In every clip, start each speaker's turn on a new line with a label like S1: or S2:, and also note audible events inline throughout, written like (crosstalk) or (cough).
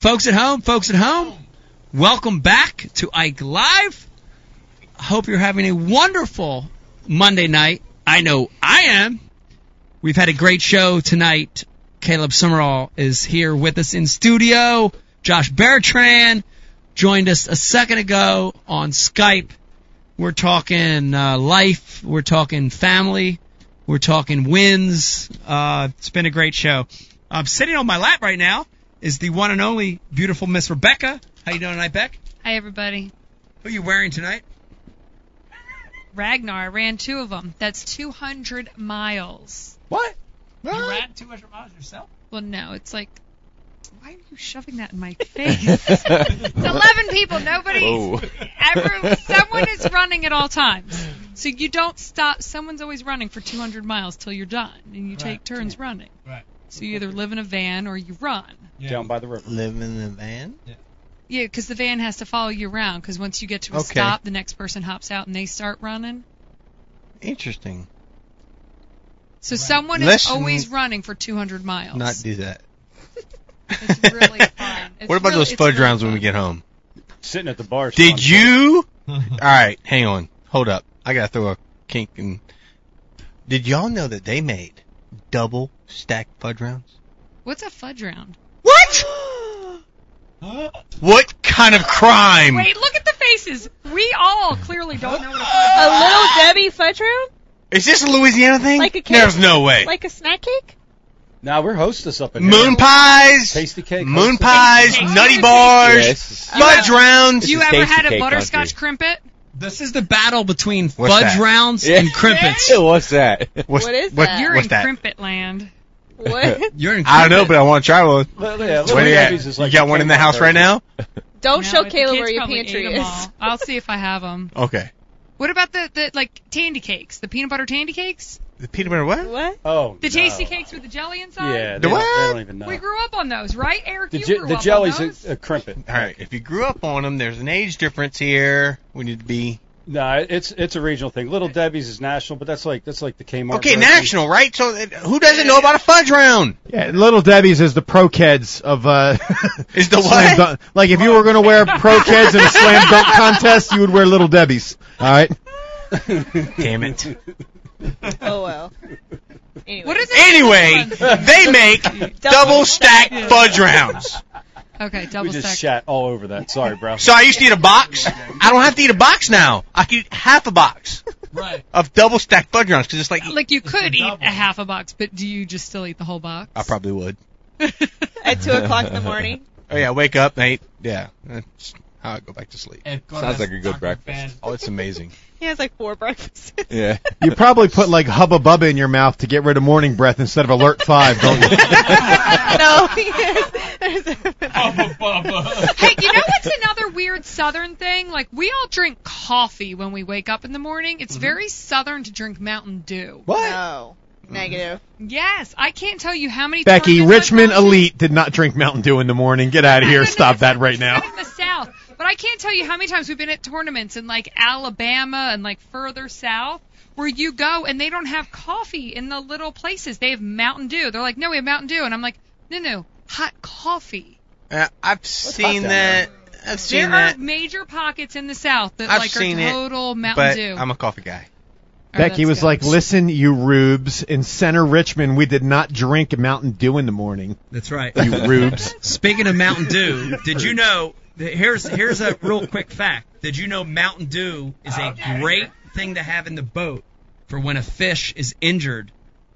S1: Folks at home, folks at home, welcome back to Ike Live. I hope you're having a wonderful Monday night. I know I am. We've had a great show tonight. Caleb Summerall is here with us in studio. Josh Bertrand joined us a second ago on Skype. We're talking uh, life, we're talking family, we're talking wins. Uh, it's been a great show. Um, sitting on my lap right now is the one and only beautiful Miss Rebecca. How you doing tonight, Beck?
S2: Hi, everybody.
S1: Who are you wearing tonight?
S2: Ragnar ran two of them. That's 200 miles.
S1: What?
S3: What?
S1: two hundred miles yourself?
S2: Well, no, it's like, why are you shoving that in
S1: (laughs)
S2: my face? it's 11 people. Nobody's
S3: Oh.
S2: ever, someone is running at all times. So you don't stop. Someone's always running for 200 miles till you're done, and you take turns running.
S1: Right.
S2: So you either live in a van or you run.
S4: down by the river.
S3: Live in the van.
S2: Yeah, because the van has to follow you around. Because once you get to a
S3: Okay.
S2: stop, the next person hops out and they start running.
S3: Interesting.
S2: So someone is
S3: Listen-
S2: always running for 200 miles.
S3: Not do that.
S2: It's
S3: (laughs)
S2: really fun. It's
S3: what about
S2: really-
S3: those
S2: it's
S3: fudge
S2: really
S3: rounds when
S2: fun.
S3: we get home?
S4: Sitting at the bar. Sean.
S3: Did you? All right, hang on. Hold up. I gotta throw a kink in. Did y'all know that they made double stacked fudge rounds?
S2: What's a fudge round?
S3: What? what kind of crime?
S2: Wait, look at the faces. We all clearly don't know what a fudge
S5: A little Debbie fudge round?
S3: Is this a Louisiana thing?
S5: Like a cake?
S3: There's no way.
S5: Like a snack cake?
S4: Now we're hostess up in here.
S3: moon pies,
S4: Tasty cake.
S3: moon
S4: hostess.
S3: pies,
S2: Tasty cake.
S3: nutty bars,
S6: Yes.
S3: fudge rounds.
S2: Uh, You
S6: is
S2: ever
S6: tasty
S2: had a
S6: cake
S2: butterscotch crimpet?
S1: This is the battle between
S3: What's
S1: fudge
S3: that?
S1: rounds
S6: Yeah.
S1: and (laughs) crimpets.
S6: What's that?
S3: What's,
S5: What is that?
S2: You're
S3: what's
S2: in
S3: that?
S2: crimpet land.
S4: (laughs)
S5: What?
S3: (laughs)
S1: You're in.
S3: I don't know, but
S1: crimpet.
S3: I want to try one.
S4: Well, yeah, little
S3: Where you at?
S4: Debbie's is like
S3: you got one in the
S4: Kmart
S3: house right
S4: version.
S3: now?
S5: Don't
S2: No,
S5: show
S2: the
S5: Caleb
S2: kids
S5: where your
S2: probably ate
S5: pantry
S2: 'em
S5: is.
S2: all. I'll see if I have them.
S3: Okay.
S2: What about the, the like candy cakes? The peanut butter candy cakes?
S3: The peanut butter what?
S5: What?
S4: Oh,
S2: The
S4: no.
S2: tasty cakes with the jelly inside?
S4: Yeah, they,
S3: The
S4: don't,
S3: what?
S4: they don't even know.
S2: We grew up on those, right, Eric?
S4: the
S2: you
S4: je-
S2: grew
S4: the
S2: up
S4: jelly's
S2: on those?
S4: a, a crimpet.
S3: All right. If you grew up on them, there's an age difference
S4: (laughs)
S3: here. We need to be
S4: No, it's it's a regional thing. Little Debbie's is national, but that's like that's like the Kmart.
S3: okay.
S4: version.
S3: National, right? So it- who doesn't know about a fudge round?
S7: Yeah, Little Debbie's is the pro kids of uh,
S3: (laughs) Is the what?
S7: slam dunk. Like if you were going to wear pro kids in a slam dunk contest, you would wear Little Debbie's. All right.
S3: Damn it.
S4: (laughs)
S5: Oh well. Anyway.
S2: What is it?
S3: Anyway, they make double stacked fudge rounds.
S2: Okay, double
S4: We just
S2: stack.
S4: shat all over that. Sorry, bro.
S3: So I used to eat a box. I don't have to eat a box now. I can eat half a box
S1: Right.
S3: of double stacked fudge rounds because it's like
S2: Like you could eat a half a box, but do you just still eat the whole box?
S3: I probably would.
S5: At two o'clock
S4: (laughs)
S5: in the morning?
S3: Oh yeah, wake up, I eat. Yeah, that's how I go back to sleep.
S6: Sounds like a good breakfast.
S3: Oh, it's amazing.
S5: He has like four
S2: (laughs)
S5: breakfasts. (laughs)
S6: Yeah.
S7: You probably put like Hubba Bubba in your mouth to get rid of morning breath instead of Alert Five, don't
S5: no,
S7: you? (laughs)
S5: he has. there's-
S2: (laughs) hey, you know what's another weird Southern thing? Like we all drink coffee when we wake up in the morning.
S4: Mm-hmm.
S2: It's very Southern to drink Mountain Dew.
S5: no.
S4: Mm.
S5: Negative.
S2: Yes, I can't tell you how many.
S7: Becky,
S2: tournaments I've
S7: Richmond
S2: gone to-
S7: elite did not drink Mountain Dew in the morning. Get out of here. Stop that right now.
S2: I'm in the South, but I can't tell you how many times we've been at tournaments in like Alabama and like further south. Where you go and they don't have coffee in the little places. They have Mountain Dew. They're like, no, we have Mountain Dew. And I'm like, no, no, hot coffee.
S3: Uh, I've seen
S4: down
S3: that. I've
S2: There
S3: seen
S2: are
S3: that.
S2: major pockets in the South that
S3: I've
S2: like
S3: seen
S2: are
S3: it,
S2: total Mountain
S3: But
S2: Dew.
S3: I'm a coffee guy. Oh,
S2: Or
S7: Becky
S2: that's
S7: was
S2: good.
S7: like, "Listen, you rubes in Center Richmond, we did not drink Mountain Dew in the morning.
S1: That's right.
S7: You rubes."
S1: (laughs) Speaking of Mountain Dew, did you know? that- Here's here's a real quick fact. Did you know Mountain Dew is a great thing to have in the boat for when a fish is injured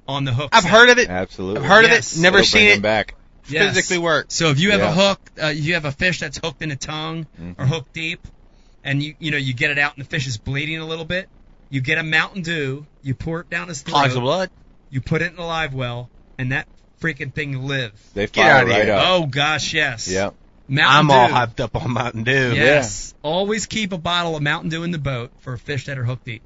S1: on the hook?
S3: I've
S1: set?
S3: heard of it.
S6: Absolutely.
S3: I've heard of
S1: Yes.
S3: it. Never
S6: They'll
S3: seen
S6: bring
S3: it
S6: them back.
S1: Yes.
S3: physically work.
S1: So if you have a
S6: Yeah.
S1: hook, uh, you have a fish that's hooked in the tongue
S6: Mm-hmm.
S1: or hooked deep, and you you know you get it out and the fish is bleeding a little bit. You get a Mountain Dew, you pour it down his
S3: Clogs of
S1: throat,
S3: blood.
S1: you put it in a live well, and that freaking thing lives.
S6: They
S3: Get
S6: fire
S3: outta
S6: right
S3: here.
S6: up.
S1: Oh gosh, yes.
S6: Yep.
S1: Mountain
S3: I'm
S1: Dew.
S3: all hyped up on Mountain Dew.
S1: Yes. Always keep a bottle of Mountain Dew in the boat for fish that are hooked deep.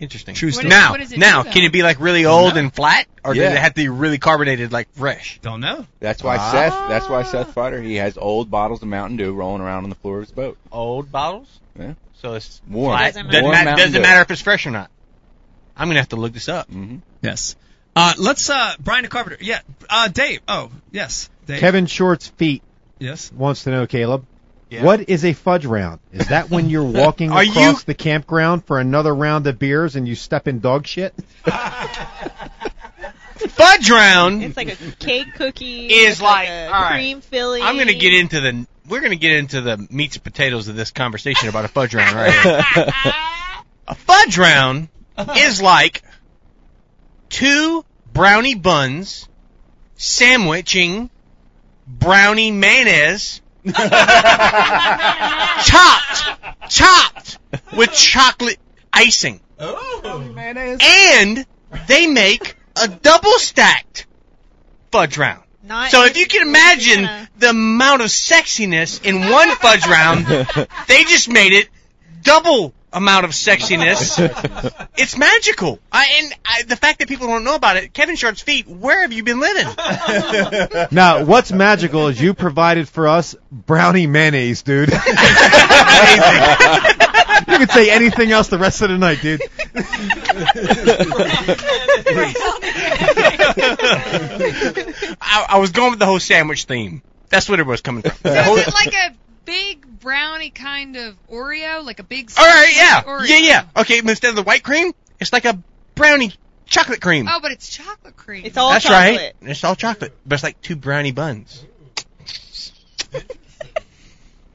S3: Interesting.
S1: True story.
S2: is-
S3: Now,
S2: what does it
S3: now,
S2: do,
S3: can
S2: though?
S3: it be like really old and flat, or
S6: Yeah.
S3: does it have to be really carbonated, like fresh?
S1: Don't know.
S6: That's why
S3: Ah.
S6: Seth. That's why Seth Fighter. He has old bottles of Mountain Dew rolling around on the floor of his boat.
S3: Old bottles.
S6: Yeah.
S3: So it's
S6: Warm.
S3: flat.
S5: Doesn't
S3: Doesn't,
S6: Warm
S3: matter,
S6: Mountain
S3: doesn't
S6: Dew.
S3: matter if it's fresh or not. I'm gonna have to look this up.
S6: hmm
S1: Yes. Uh, let's uh, Brian the Carpenter. Yeah. Uh, Dave. Oh, yes. Dave.
S7: Kevin Short's feet.
S1: Yes.
S7: wants to know, Caleb.
S3: Yeah.
S7: What is a fudge round? Is that
S3: (laughs)
S7: when you're walking
S3: Are you-
S7: across the campground for another round of beers and you step in dog shit?
S3: Fudge round.
S5: It's like a cake cookie.
S3: Is
S5: with
S3: like-
S5: a
S3: all right.
S5: cream filling.
S3: I'm gonna get into the we're gonna get into the meats and potatoes of this conversation about a fudge round right here. A fudge round is like two brownie buns sandwiching brownie mayonnaise chopped chopped with chocolate icing. And they make a double stacked fudge round.
S5: Not
S3: So if you can imagine
S5: Louisiana.
S3: the amount of sexiness in one
S2: (laughs)
S3: fudge round, they just made it double amount of sexiness. It's magical. I, and I, the fact that people don't know about it, Kevin Sharp's feet. Where have you been living?
S7: now, what's magical is you provided for us brownie mayonnaise, dude. (laughs) you can say anything else the rest of the
S3: (laughs)
S7: night, dude.
S3: I, I was going with the whole sandwich theme. That's what it was coming from. The
S2: (laughs) So
S3: whole-
S2: is it like a big brownie kind of Oreo, like a big.
S3: all right, yeah,
S2: Oreo?
S3: yeah, yeah. Okay, but instead of the white cream, it's like a brownie chocolate cream.
S2: Oh, but it's chocolate cream.
S5: It's all
S3: That's
S5: chocolate.
S3: right. It's all chocolate, but it's like two brownie buns. (laughs)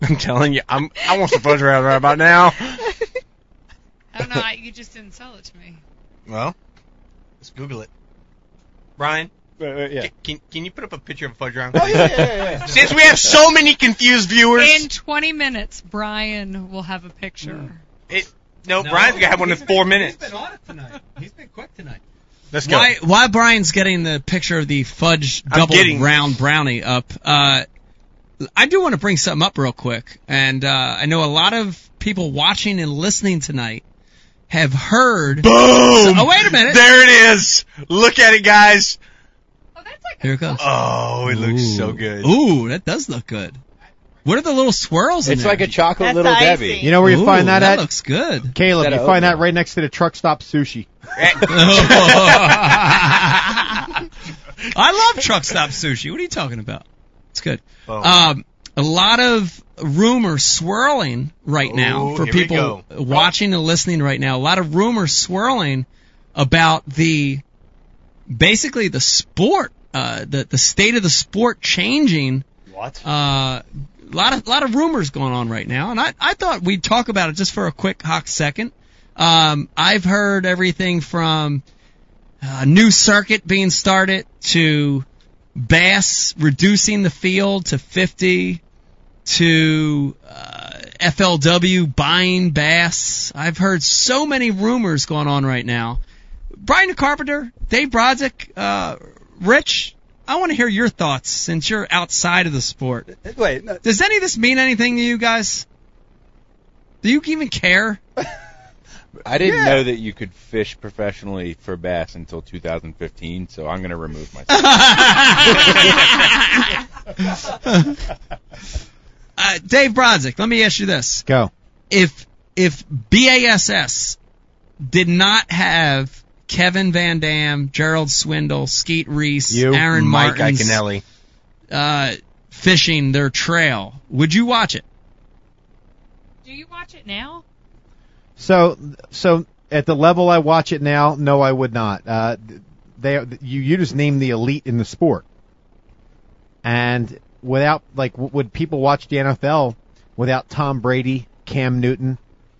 S3: I'm telling you, I'm I want some fudge round right about
S5: (laughs)
S3: now.
S2: I don't know. Oh, I, you just didn't sell it to me.
S3: Well, let's Google it. Brian,
S4: Uh, uh, yeah.
S3: ca- can can you put up a picture of a fudge round?
S5: Oh,
S3: please?
S5: yeah, yeah, yeah, yeah.
S3: Since we have so many confused viewers,
S2: In 20 minutes, Brian will have a picture.
S3: it, no, Brian's gonna have one in four minutes.
S1: He's been on it tonight. He's been quick tonight.
S3: Let's go.
S1: Why, why Brian's getting the picture of the fudge
S3: I'm
S1: double
S3: getting-
S1: round brownie up? Uh, I do want to bring something up real quick, and uh, I know a lot of people watching and listening tonight have heard.
S3: Boom!
S1: oh wait a minute!
S3: There it is. Look at it, guys.
S2: Oh, that's like
S1: Here it goes.
S3: Oh, it looks so good.
S1: Ooh, that does look good. What are the little swirls in
S6: It's
S1: there?
S6: like a chocolate
S5: That's
S6: little
S5: the
S6: Debbie.
S5: icing.
S7: You know where you
S1: Ooh,
S7: find that,
S1: that
S6: (laughs)
S7: at?
S1: looks good. (laughs)
S7: Caleb,
S6: That
S7: you
S6: oat
S7: find that
S6: milk.
S7: right next to the truck stop sushi.
S1: I love truck stop sushi. What are you talking about? It's good.
S3: Oh.
S1: Um, a lot of rumors swirling right now
S3: Ooh,
S1: for
S3: here we
S1: people
S3: go.
S1: watching and listening right now. A lot of rumors swirling about the basically the sport, uh, the the state of the sport changing.
S4: What?
S1: Uh, a lot of lot of rumors going on right now, and I I thought we'd talk about it just for a quick hot second. Um, I've heard everything from a new circuit being started to Bass reducing the field to 50 to uh, FLW buying Bass. I've heard so many rumors going on right now. Brian Carpenter, Dave Brodzik, uh, Rich, I want to hear your thoughts since you're outside of the sport.
S4: Wait, no,
S1: Does any of this mean anything to you guys? Do you even care?
S6: (laughs) I didn't
S4: Yeah.
S6: know that you could fish professionally for bass until 2015, so I'm going to remove
S3: (laughs)
S6: myself.
S1: (laughs) Uh, Dave Brodzik, let me ask you this.
S7: Go.
S1: if if BASS did not have Kevin Van Dam, Gerald Swindle, Skeet Reese,
S7: You,
S1: Aaron
S3: Mike
S1: Martins,
S3: Iaconelli.
S1: uh, fishing their trail, would you watch it?
S2: Do you watch it
S3: (laughs)
S2: now?
S7: So, so at the level I watch it now, no, I would not. Uh, they, you, you just named the elite in the sport, and without like, w- would people watch the NFL without Tom Brady, Cam Newton,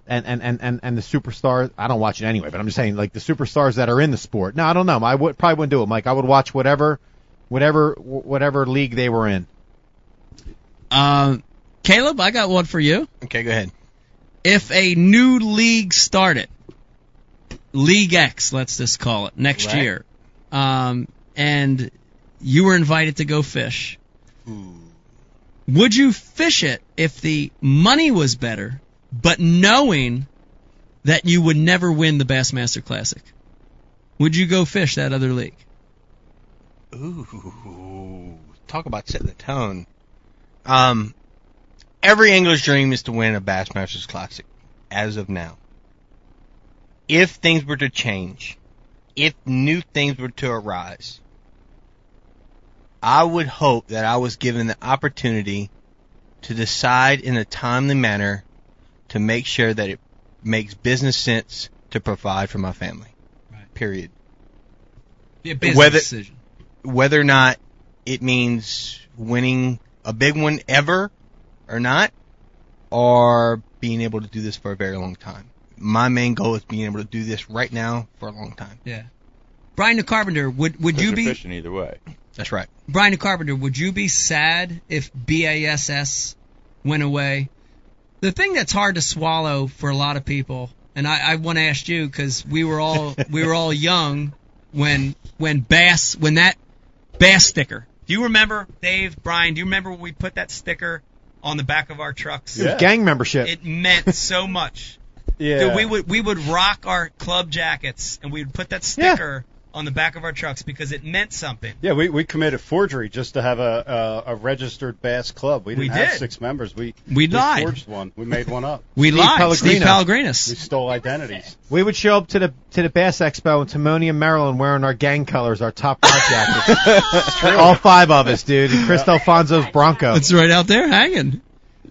S7: and and and and, and the superstars? I don't watch it anyway, but I'm just saying like the superstars that are in the sport. No, I don't know. I would probably wouldn't do it, Mike. I would watch whatever, whatever, whatever league they were in.
S1: Uh, Caleb, I got one for you.
S3: Okay, go ahead.
S1: If a new league started, League X, let's just call it, next
S6: Right.
S1: year, um, and you were invited to go fish, would you fish it if the money was better, but knowing that you would never win the Bassmaster Classic? Would you go fish that other league?
S3: Ooh, talk about setting the tone. Um, every angler's dream is to win a Bassmasters Classic, as of now. If things were to change, if new things were to arise, I would hope that I was given the opportunity to decide in a timely manner to make sure that it makes business sense to provide for my family.
S1: Right.
S3: Period.
S1: Be a business
S3: Whether-
S1: decision.
S3: Whether or not it means winning a big one ever or not, or being able to do this for a very long time. My main goal is being able to do this right now for a long time.
S1: Yeah. Brian the Carpenter, would would
S6: 'Cause
S1: you
S6: you're
S1: be
S6: fishing either way?
S3: That's right.
S1: Brian the Carpenter, would you be sad if BASS went away? The thing that's hard to swallow for a lot of people, and I, I want to ask you because we were all we were all young when when Bass when that Bass sticker. Do you remember, Dave, Brian? Do you remember when we put that sticker on the back of our trucks?
S4: Yeah.
S7: Gang membership.
S1: It meant so much.
S4: (laughs) Yeah.
S1: Dude, we would we would rock our club jackets and we would put that
S7: Yeah.
S1: sticker on the back of our trucks because it meant something.
S4: Yeah, we, we committed forgery just to have a a, a registered bass club. We didn't
S1: We
S4: have
S1: did.
S4: six members. We
S1: We lied.
S4: forged one. We made one up.
S1: We
S7: Steve
S1: lied, Steve
S7: Pellegrino.
S4: We
S1: Pellegrinis.
S4: stole identities.
S7: We would show up to the to the Bass Expo in Timonium, Maryland, wearing our gang colors, our top rock
S3: (laughs)
S7: jackets. All five of us, dude. And Chris Alfonso's Bronco.
S1: It's right out there hanging.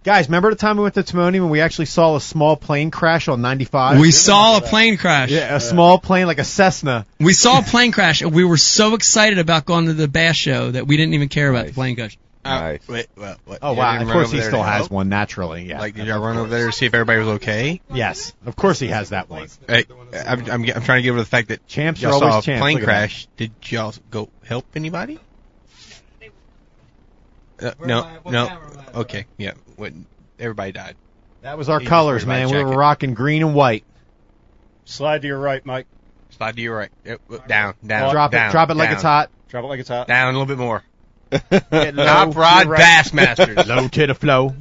S7: Guys, remember the time we went to Timonium and we actually saw a small plane crash on 95?
S1: we saw a plane crash.
S7: yeah, a small plane like a Cessna.
S1: We saw a plane crash, and we were so excited about going to the Bass show that we didn't even care about the
S6: Nice.
S1: plane crash.
S6: Nice.
S3: Uh, wait, well, what,
S7: Oh
S3: you
S7: wow!
S3: didn't
S7: Of
S3: run
S7: course
S3: over
S7: he
S3: there
S7: still
S3: to
S7: has
S3: help?
S7: one naturally. Yeah.
S3: Like, did I run over there to see if everybody was okay?
S7: yes, of course he has that one.
S3: Hey, I'm, I'm, I'm trying to get over the fact that
S7: Champs are
S3: y'all saw a
S7: always champs.
S3: plane
S7: Look at that.
S3: crash. Did y'all go help anybody? Uh,
S1: Where am I-
S3: no,
S1: what
S3: no.
S1: camera am I at?
S3: Okay, yeah. When everybody died.
S7: That was our
S3: He
S7: colors,
S3: just wears
S7: man.
S3: my
S7: We were
S3: jacket.
S7: rocking green and white.
S4: Slide to your right, Mike.
S3: Slide to your right. Yep, yep, Down, down.
S7: drop
S3: down,
S7: it, drop it like
S3: down,
S7: it's hot.
S4: Drop it like it's hot.
S3: Down a little bit
S7: (laughs)
S3: more.
S7: Get low,
S3: Top rod
S7: you're right.
S3: Bassmasters.
S7: (laughs) Low to
S3: (laughs)
S7: the flow.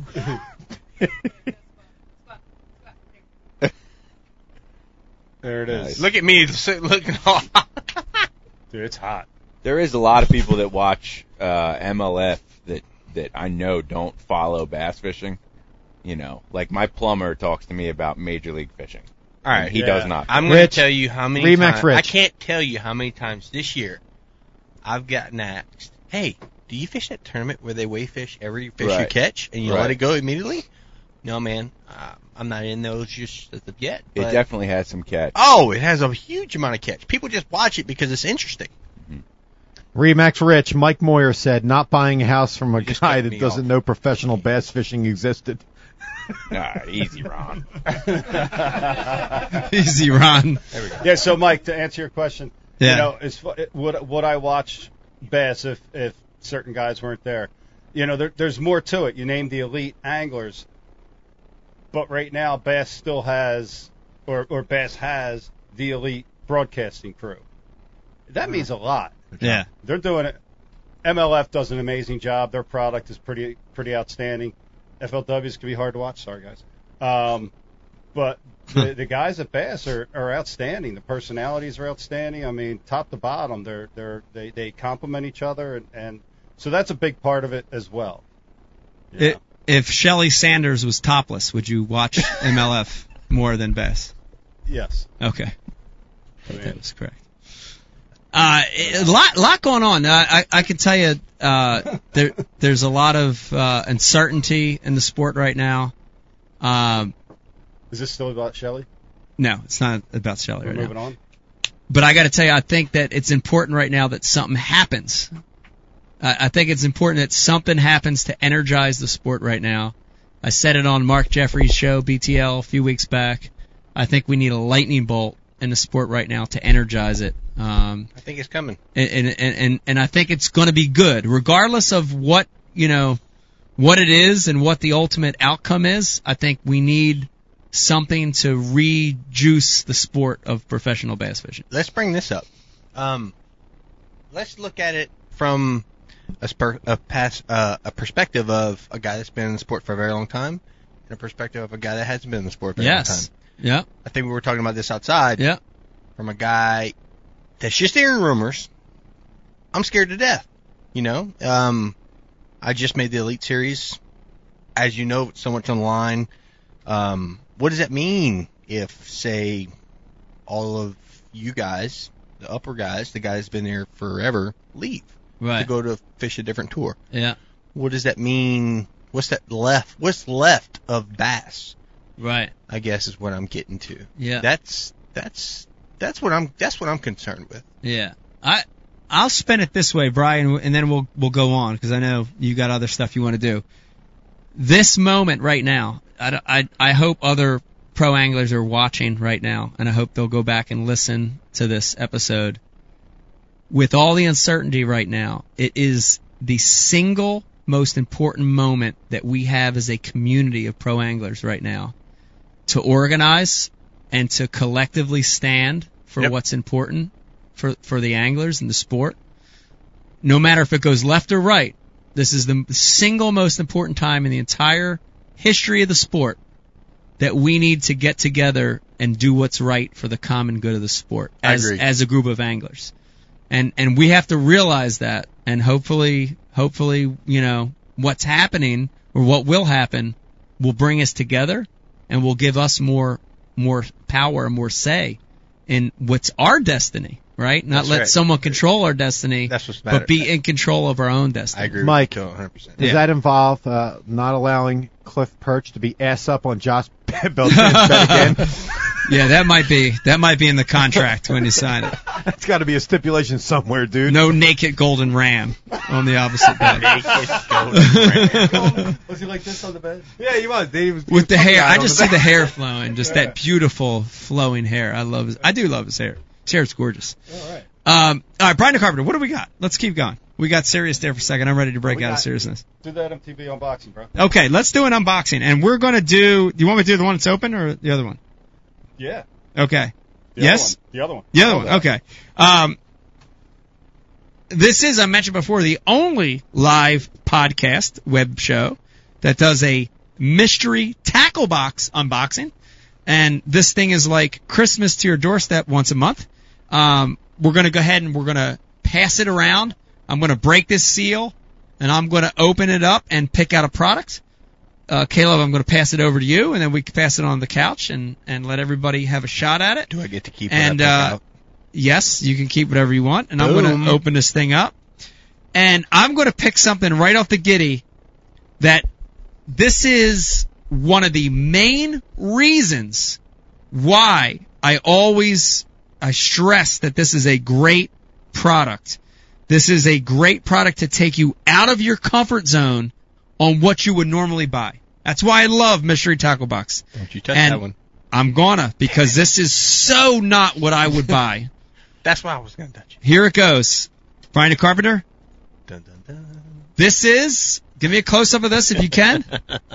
S4: There it is.
S6: Nice.
S3: Look at me sit- looking all.
S4: Dude, it's hot.
S6: There is a lot of people that watch uh, MLF that that I know don't follow bass fishing. You know, like my plumber talks to me about major league fishing.
S3: All
S6: and
S3: right,
S6: he
S4: yeah.
S6: does not.
S3: I'm going to
S7: Rich.
S3: tell you how many
S7: Remax
S3: times.
S7: Rich.
S3: I can't tell you how many times this year I've gotten asked, hey, do you fish that tournament where they weigh fish every fish you
S6: Right.
S3: catch and you let
S6: Right.
S3: it go immediately? No, man. Uh, I'm not in those just as of yet.
S6: It
S3: but-
S6: definitely has some catch.
S3: oh, it has a huge amount of catch. People just watch it because it's interesting.
S7: Remax Rich, Mike Moyer said, not buying a house from a
S3: You just
S7: guy
S3: cut
S7: that
S3: me
S7: doesn't
S3: off.
S7: know professional bass fishing existed.
S6: Ah, easy, Ron.
S1: (laughs) Easy, Ron.
S4: Yeah, so Mike, to answer your question,
S1: Yeah.
S4: you know, it's, fu- it- would would I watch bass if if certain guys weren't there? You know, there, there's more to it. You name the elite anglers, but right now bass still has, or or bass has the elite broadcasting crew.
S1: Mm-hmm.
S4: That means a lot.
S1: yeah.
S4: They're doing it. MLF does an amazing job. Their product is pretty pretty outstanding. FLWs can be hard to watch. Sorry guys, um, but the, the guys at Bass are, are outstanding. The personalities are outstanding. I mean, top to bottom, they're they're they, they complement each other, and, and so that's a big part of it as well. Yeah.
S1: It- if Shelly Sanders was topless, would
S7: (laughs)
S1: you watch MLF more than Bass?
S4: yes.
S1: Okay.
S4: I
S1: That
S4: mean,
S1: was correct. Uh, a lot, lot going on. Uh, I, I can tell you,
S7: (laughs)
S1: uh, there, there's a lot of uh, uncertainty in the sport right now. Um,
S4: is this still about Shelley?
S1: no, it's not about Shelly
S4: We're
S1: right now.
S4: moving on.
S1: But I got to tell you, I think that it's important right now that something happens. I, I think it's important that something happens to energize the sport right now. I said it on Mark Jeffrey's show, BTL, a few weeks back. I think we need a lightning bolt in the sport right now to energize it. Um,
S3: I think it's coming.
S1: and and and, and, and I think it's going to be good, regardless of what you know, what it is and what the ultimate outcome is. I think we need something to rejuice the sport of professional bass fishing.
S3: Let's bring this up. Um, let's look at it from a, spur, a, past, uh, a perspective of a guy that's been in the sport for a very long time and a perspective of a guy that hasn't been in the sport for a very long
S1: Yes.
S3: time.
S1: Yeah.
S3: I think we were talking about this outside.
S1: Yeah.
S3: from a guy that's just hearing rumors. I'm scared to death. You know, um, I just made the Elite Series. As you know, so much on the line. Um, what does that mean if, say, all of you guys, the upper guys, the guys been there forever, leave
S1: Right.
S3: to go to fish a different tour?
S1: Yeah.
S3: What does that mean? What's that left? What's left of bass?
S1: Right.
S3: I guess is what I'm getting to.
S1: Yeah.
S3: That's that's that's what I'm that's what I'm concerned with.
S1: Yeah. I I'll spin it this way, Brian, and then we'll we'll go on because I know you got other stuff you want to do. This moment right now, I, d- I- I hope other pro anglers are watching right now, and I hope they'll go back and listen to this episode. With all the uncertainty right now, it is the single most important moment that we have as a community of pro anglers right now to organize and to collectively stand for
S3: Yep.
S1: what's important for for the anglers and the sport. No matter if it goes left or right, this is the single most important time in the entire history of the sport that we need to get together and do what's right for the common good of the sport
S3: I
S1: as
S3: agree.
S1: as a group of anglers. And and we have to realize that and hopefully hopefully, you know, what's happening or what will happen will bring us together and will give us more more power and more say in what's our destiny, right? Not
S3: That's
S1: let
S3: right.
S1: someone control our destiny,
S3: That's what's matter.
S1: but be in control of our own destiny.
S3: I agree
S7: Mike.
S3: with you 100. percent
S7: Does that involve uh, not allowing Cliff Perch to be ass up on Josh (laughs) Beltran's
S1: (laughs)
S7: bet again?
S1: Yeah, that might be that might be in the contract when you sign it.
S7: (laughs) That's got to be a stipulation somewhere, dude.
S1: No naked golden ram on
S7: (laughs)
S1: the opposite bed
S4: Was he like this on the bed?
S7: Yeah, he was. He was
S1: with the hair. I just see the hair flowing, just that beautiful flowing hair. I love his. I do love his hair. His hair's gorgeous.
S4: All right.
S1: Um, all right, Brian De Carpenter. What do we got? Let's keep going. We got serious there for a second. I'm ready to break
S4: We
S1: out of
S4: got-
S1: seriousness.
S4: Do that MTV unboxing, bro.
S1: Okay, let's do an unboxing, and we're gonna do. Do you want me to do the one that's open or the other one?
S4: Yeah.
S1: Okay.
S4: The
S1: yes.
S4: Other one. The other one.
S1: The other
S7: Oh,
S1: one. Okay. Um, this is I mentioned before the only live podcast web show that does a mystery tackle box unboxing, and this thing is like Christmas to your doorstep once a month. Um, we're gonna go ahead and we're gonna pass it around. I'm gonna break this seal, and I'm gonna open it up and pick out a product uh, Caleb, I'm going to pass it over to you, and then we can pass it on the couch and and let everybody have a shot at it.
S3: Do I get to keep
S1: And,
S3: it
S1: uh, Yes, you can keep whatever you want, and I'm going
S3: Boom.
S1: to open this thing up, and I'm going to pick something right off the giddy that this is one of the main reasons why I always I stress that this is a great product. This is a great product to take you out of your comfort zone on what you would normally buy. That's why I love Mystery Tackle Box.
S3: Don't you touch
S1: and-
S3: that one.
S1: I'm gonna because this is so not what I would buy.
S3: That's why I was gonna touch it.
S1: Here it goes. Brian De Carpenter,
S3: Dun, dun, dun.
S1: this is give me a close up of this if you can.
S3: (laughs)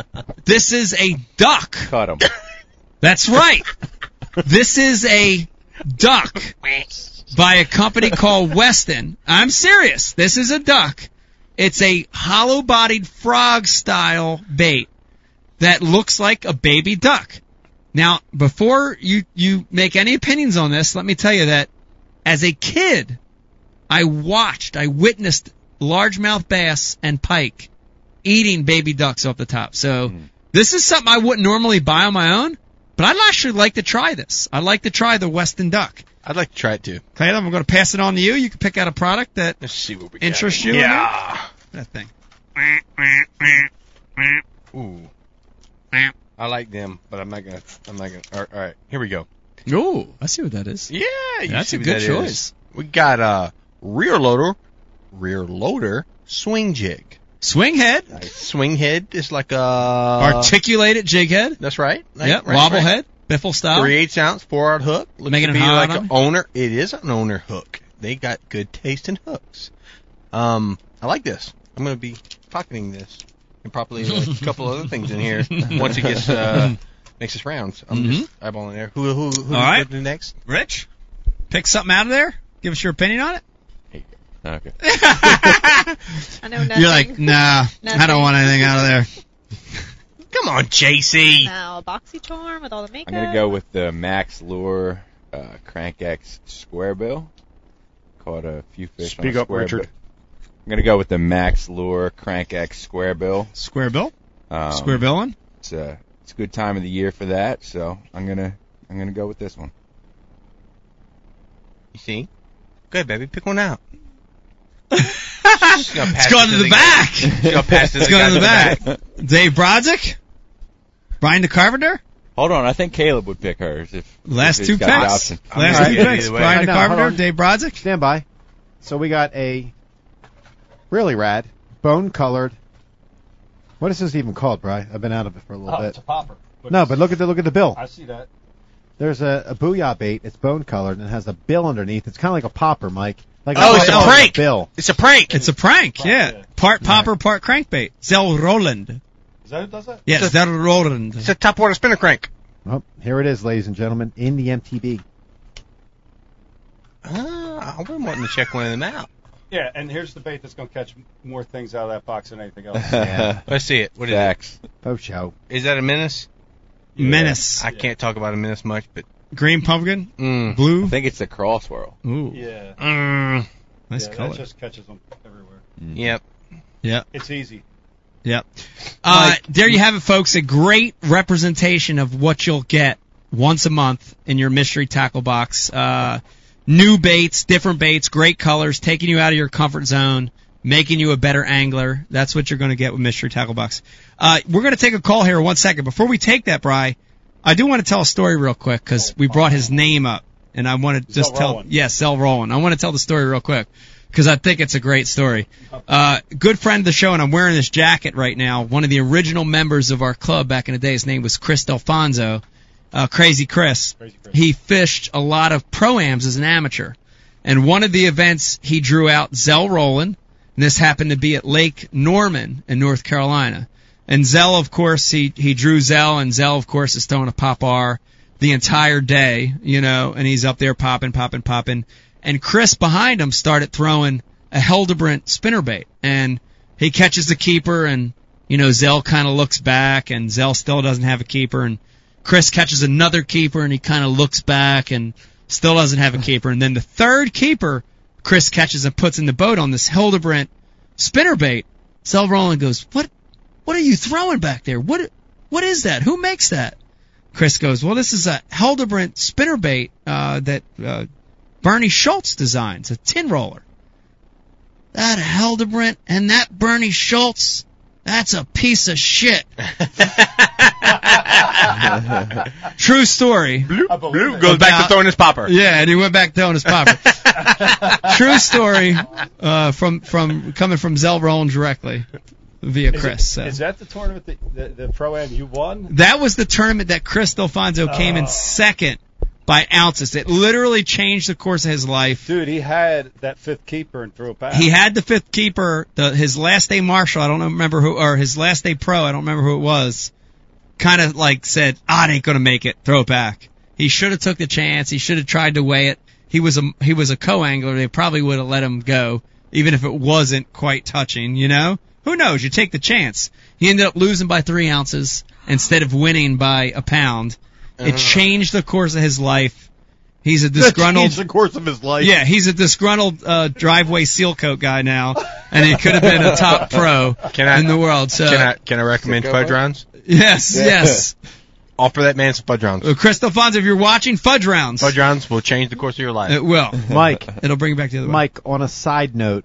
S1: this is a duck.
S6: Cut him.
S1: That's right. this is a duck by a company called Weston. I'm serious. This is a duck. It's a hollow bodied frog style bait that looks like a baby duck. Now, before you, you make any opinions on this, let me tell you that as a kid, I watched, I witnessed largemouth bass and pike eating baby ducks off the top. So
S3: Hmm.
S1: this is something I wouldn't normally buy on my own, but I'd actually like to try this. I'd like to try the Weston duck.
S3: I'd like to try it too.
S1: Caleb, I'm going to pass it on to you. You can pick out a product that
S3: Let's see what we got.
S1: interests you. in
S3: Yeah.
S1: there. that thing.
S3: Ooh. I like them, but I'm not gonna. I'm not gonna. All right, all right here we go.
S1: Oh, I see what that is.
S3: Yeah, you
S1: That's
S3: see
S1: a
S3: what
S1: good
S3: that is.
S1: choice.
S3: We got a rear loader, rear loader swing jig.
S1: Swing head,
S3: Swing head is like a. Artic-
S1: articulated jig head,
S3: Uh, that's right. Like,
S1: yep,
S3: right,
S1: wobble
S3: right.
S1: head, biffle style.
S3: Three eighths ounce, four out hook. Looks
S1: Making
S3: to
S1: it
S3: be
S1: hot
S3: like
S1: on
S3: an (laughs)
S1: it?
S3: owner. It is an owner hook. They got good taste in hooks. Um, I like this. I'm gonna be pocketing this and probably like,
S1: (laughs)
S3: a couple other things in here once it gets uh makes its rounds. I'm just eyeballing there. Who who who
S1: Mm-hmm. All right.
S3: who's next?
S1: Rich, pick something out of there. Give us your opinion on it.
S6: (laughs) Okay.
S5: I know nothing.
S1: nah,
S5: Nothing.
S1: anything out of there.
S3: (laughs) Come on, JC.
S1: Uh,
S5: now BoxyCharm with all the makeup.
S6: I'm gonna go with the Max Lure uh, Crank X Square Bill. Caught a few fish. on
S4: Speak
S6: a
S4: up,
S6: square
S4: Richard.
S6: bill. I'm gonna go with the Max Lure Crank X Square Bill.
S1: Square bill,
S6: Um,
S1: square billing.
S6: It's a it's a good time of the year for that, so I'm gonna I'm gonna go with this one.
S1: (laughs)
S3: You see? Good baby, pick one out. She's gonna pass
S1: It's going
S3: it
S1: to the
S3: guy-
S1: back.
S3: She's gonna pass it to
S1: It's
S3: the
S1: going
S3: guy
S1: to the
S3: in
S1: back. Uh, Dave Brodzik, Brian the Carpenter.
S6: Hold on, I think Caleb would pick hers if
S1: Last
S6: if he's
S1: two
S6: got the
S1: picks.
S6: option.
S1: Last
S7: All right.
S1: two picks.
S3: Either way.
S1: Brian
S7: I
S1: the
S7: know, hold
S1: Carpenter,
S7: on.
S1: Dave Brodzik.
S7: Stand by. So we got a really rad, bone colored. What is this even called, Bry? I've been out of it for a little
S4: Oh,
S7: bit.
S4: it's a popper.
S7: No, but look at the look at the bill.
S4: I see that.
S7: There's a, a booyah bait. It's bone colored and it has a bill underneath. It's kind of like a popper, Mike. Like
S3: Oh, it's a
S7: popper with
S3: prank.
S7: bill.
S3: It's a prank.
S1: It's a prank, yeah.
S4: yeah.
S1: Part popper, part crankbait. Zell Roland.
S4: Is that who does that?
S1: Yes,
S3: It's a-
S1: Zell Roland.
S3: It's a top water spinner crank.
S7: Oh, here it is, ladies and gentlemen, in the MTB.
S3: Ah, I've been wanting to check one of them out.
S4: Yeah, and here's the bait that's going to catch more things out of that box
S1: (laughs)
S4: than anything else.
S6: (laughs)
S7: Yeah.
S3: Let's see it. What is it?
S6: Facts.
S7: Oh, show.
S3: Is that a menace?
S1: Menace.
S3: I can't talk about a menace much, but
S1: Green pumpkin.
S3: mm,
S6: I
S1: Blue.
S6: think it's the cross swirl.
S1: Ooh,
S4: Yeah.
S3: mm,
S1: nice
S4: yeah,
S1: color.
S4: That just catches them everywhere.
S3: yep.
S4: It's easy.
S1: Yep. Uh, there you have it, folks. A great representation of what you'll get once a month in your mystery tackle box. Uh, new baits, different baits, great colors, taking you out of your comfort zone, making you a better angler. That's what you're going to get with mystery tackle box. Uh, we're going to take a call here in one second. Before we take that, Bry, I do want to tell a story real quick because we brought his name up, and I want to just
S4: Zell
S1: tell.
S4: Rowan.
S1: Yes, Zell Rowan. I want to tell the story real quick because I think it's a great story. Uh, good friend of the show, and I'm wearing this jacket right now. One of the original members of our club back in the day, his name was Chris Delfonso, uh, Crazy Chris.
S4: Crazy Chris.
S1: He fished a lot of proams as an amateur, and one of the events he drew out Zell Roland. And this happened to be at Lake Norman in North Carolina. And Zell, of course, he, he drew Zell, and Zell, of course, is throwing a pop R the entire day, you know, and he's up there popping, popping, popping. And Chris behind him started throwing a Heldebrant spinnerbait, and he catches the keeper, and, you know, Zell kind of looks back, and Zell still doesn't have a keeper, and Chris catches another keeper, and he kind of looks back, and still doesn't have a keeper. And then the third keeper, Chris catches and puts in the boat on this Hildebrandt spinnerbait. Sel Roland goes, What what are you throwing back there? What what is that? Who makes that? Chris goes, Well, this is a Hildebrandt spinnerbait uh, that uh, Bernie Schultz designs, a tin roller. That Hildebrandt and that Bernie Schultz, that's a piece of shit. (laughs) True story.
S4: I believe it.
S3: Goes back
S1: About-
S3: to throwing his popper.
S1: Yeah, and he went back down his popper. (laughs) True story uh, from from coming from Zell Rowan directly via
S4: Is,
S1: Chris. uh, so.
S4: it, is that the tournament, that, the, the pro-am you won?
S1: That was the tournament that Chris Delfonso came in
S4: Oh.
S1: second by ounces. It literally changed the course of his life.
S4: Dude, he had that fifth keeper and threw it back.
S1: He had the fifth keeper, the, his last day marshal, I don't remember who, or his last day pro, I don't remember who it was, kind of like said, "Ah, it ain't gonna make it, throw it back. He should have took the chance, he should have tried to weigh it. He was a, he was a co-angler, they probably would have let him go, even if it wasn't quite touching, you know? Who knows, you take the chance. He ended up losing by three ounces instead of winning by a pound. It changed the course of his life. He's a disgruntled
S7: the course of his life.
S1: yeah, he's a disgruntled uh, driveway seal coat guy now, and he could have been
S3: (laughs)
S1: a top pro
S3: Can I-
S1: Oh, in the world. So
S3: Can I can I recommend
S6: Sicko mode?
S3: fudge rounds?
S1: yes, yes.
S3: (laughs) Offer that man some fudge rounds.
S1: Well, Chris Delfonso, if you're watching, fudge rounds.
S3: Fudge rounds will change the course of your life.
S1: It
S3: (laughs)
S1: will.
S7: Mike,
S1: Uh, It'll bring you back to the other way.
S7: Mike, on a side note,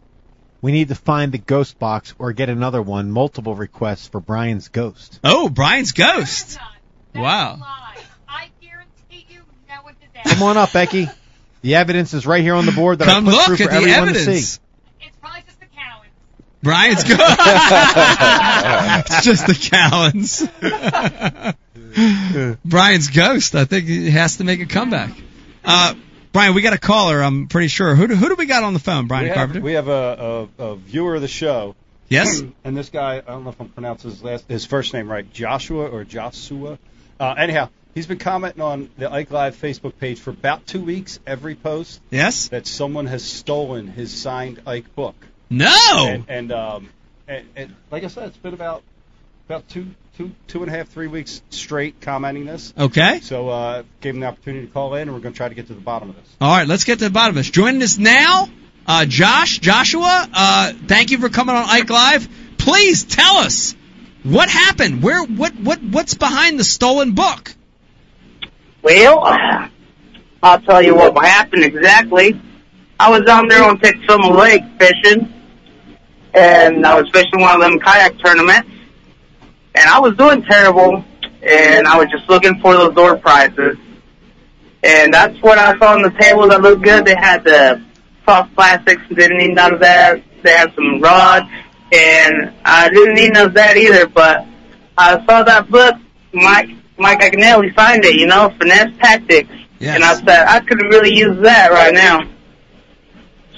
S7: we need to find the ghost box or get another one. Multiple requests for Brian's ghost.
S1: Oh, Brian's ghost.
S8: That's
S1: Wow.
S8: a lie. I guarantee you no one did that.
S7: Come on up, Becky. The evidence is right here on the board that
S1: Come
S7: I put
S1: look
S7: through
S1: at
S7: for
S1: the
S7: everyone to
S1: evidence.
S7: see.
S8: It's probably just the cowards. (laughs)
S1: Brian's ghost.
S3: (laughs)
S1: it's just the Callens. (laughs) Brian's ghost. I think he has to make a comeback. Uh, Brian, we got a caller. I'm pretty sure. Who do, who do we got on the phone? Brian
S4: we have,
S1: Carpenter.
S4: we have a, a, a viewer of the show,
S1: yes.
S4: (clears throat) and this guy, I don't know if I'm pronouncing his last his first name right, Joshua or Joshua. Uh, anyhow, he's been commenting on the Ike Live Facebook page for about two weeks, every post,
S1: Yes.
S4: that someone has stolen his signed Ike book.
S1: No.
S4: And, and, um, and, and like I said, it's been about about two, two, two and a half, three weeks straight commenting this.
S1: Okay.
S4: So uh, gave him the opportunity to call in, and we're going to try to get to the bottom of this.
S1: All right, let's get to the bottom of this. Joining us now, uh, Josh, Joshua, uh, thank you for coming on Ike Live. Please tell us what happened. Where, what, what, what's behind the stolen book?
S9: Well, I'll tell you what happened exactly. I was down there on Texoma Lake fishing, and I was fishing one of them kayak tournaments, and I was doing terrible, and I was just looking for those door prizes, and that's what I saw on the table that looked good. They had the soft plastics, didn't need none of that. They had some rods, and I didn't need none of that either. But I saw that book, Mike Mike Agnelli signed it, you know, finesse tactics,
S1: Yes.
S9: and I said I could really use that right now.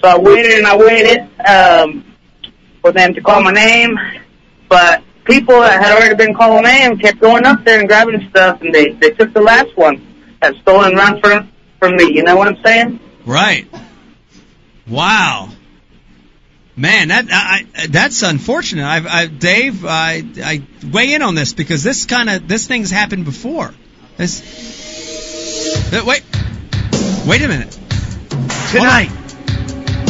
S9: So I waited and I waited um, for them to call my name, but people that had already been calling my name kept going up there and grabbing stuff, and they they took the last one that stole and run from from me. You know what I'm saying?
S1: Right. Wow. Man, that I, I- that's unfortunate. I, I, Dave, I, I weigh in on this because this kind of this thing's happened before. This. Uh, Wait. Wait a minute.
S10: Tonight,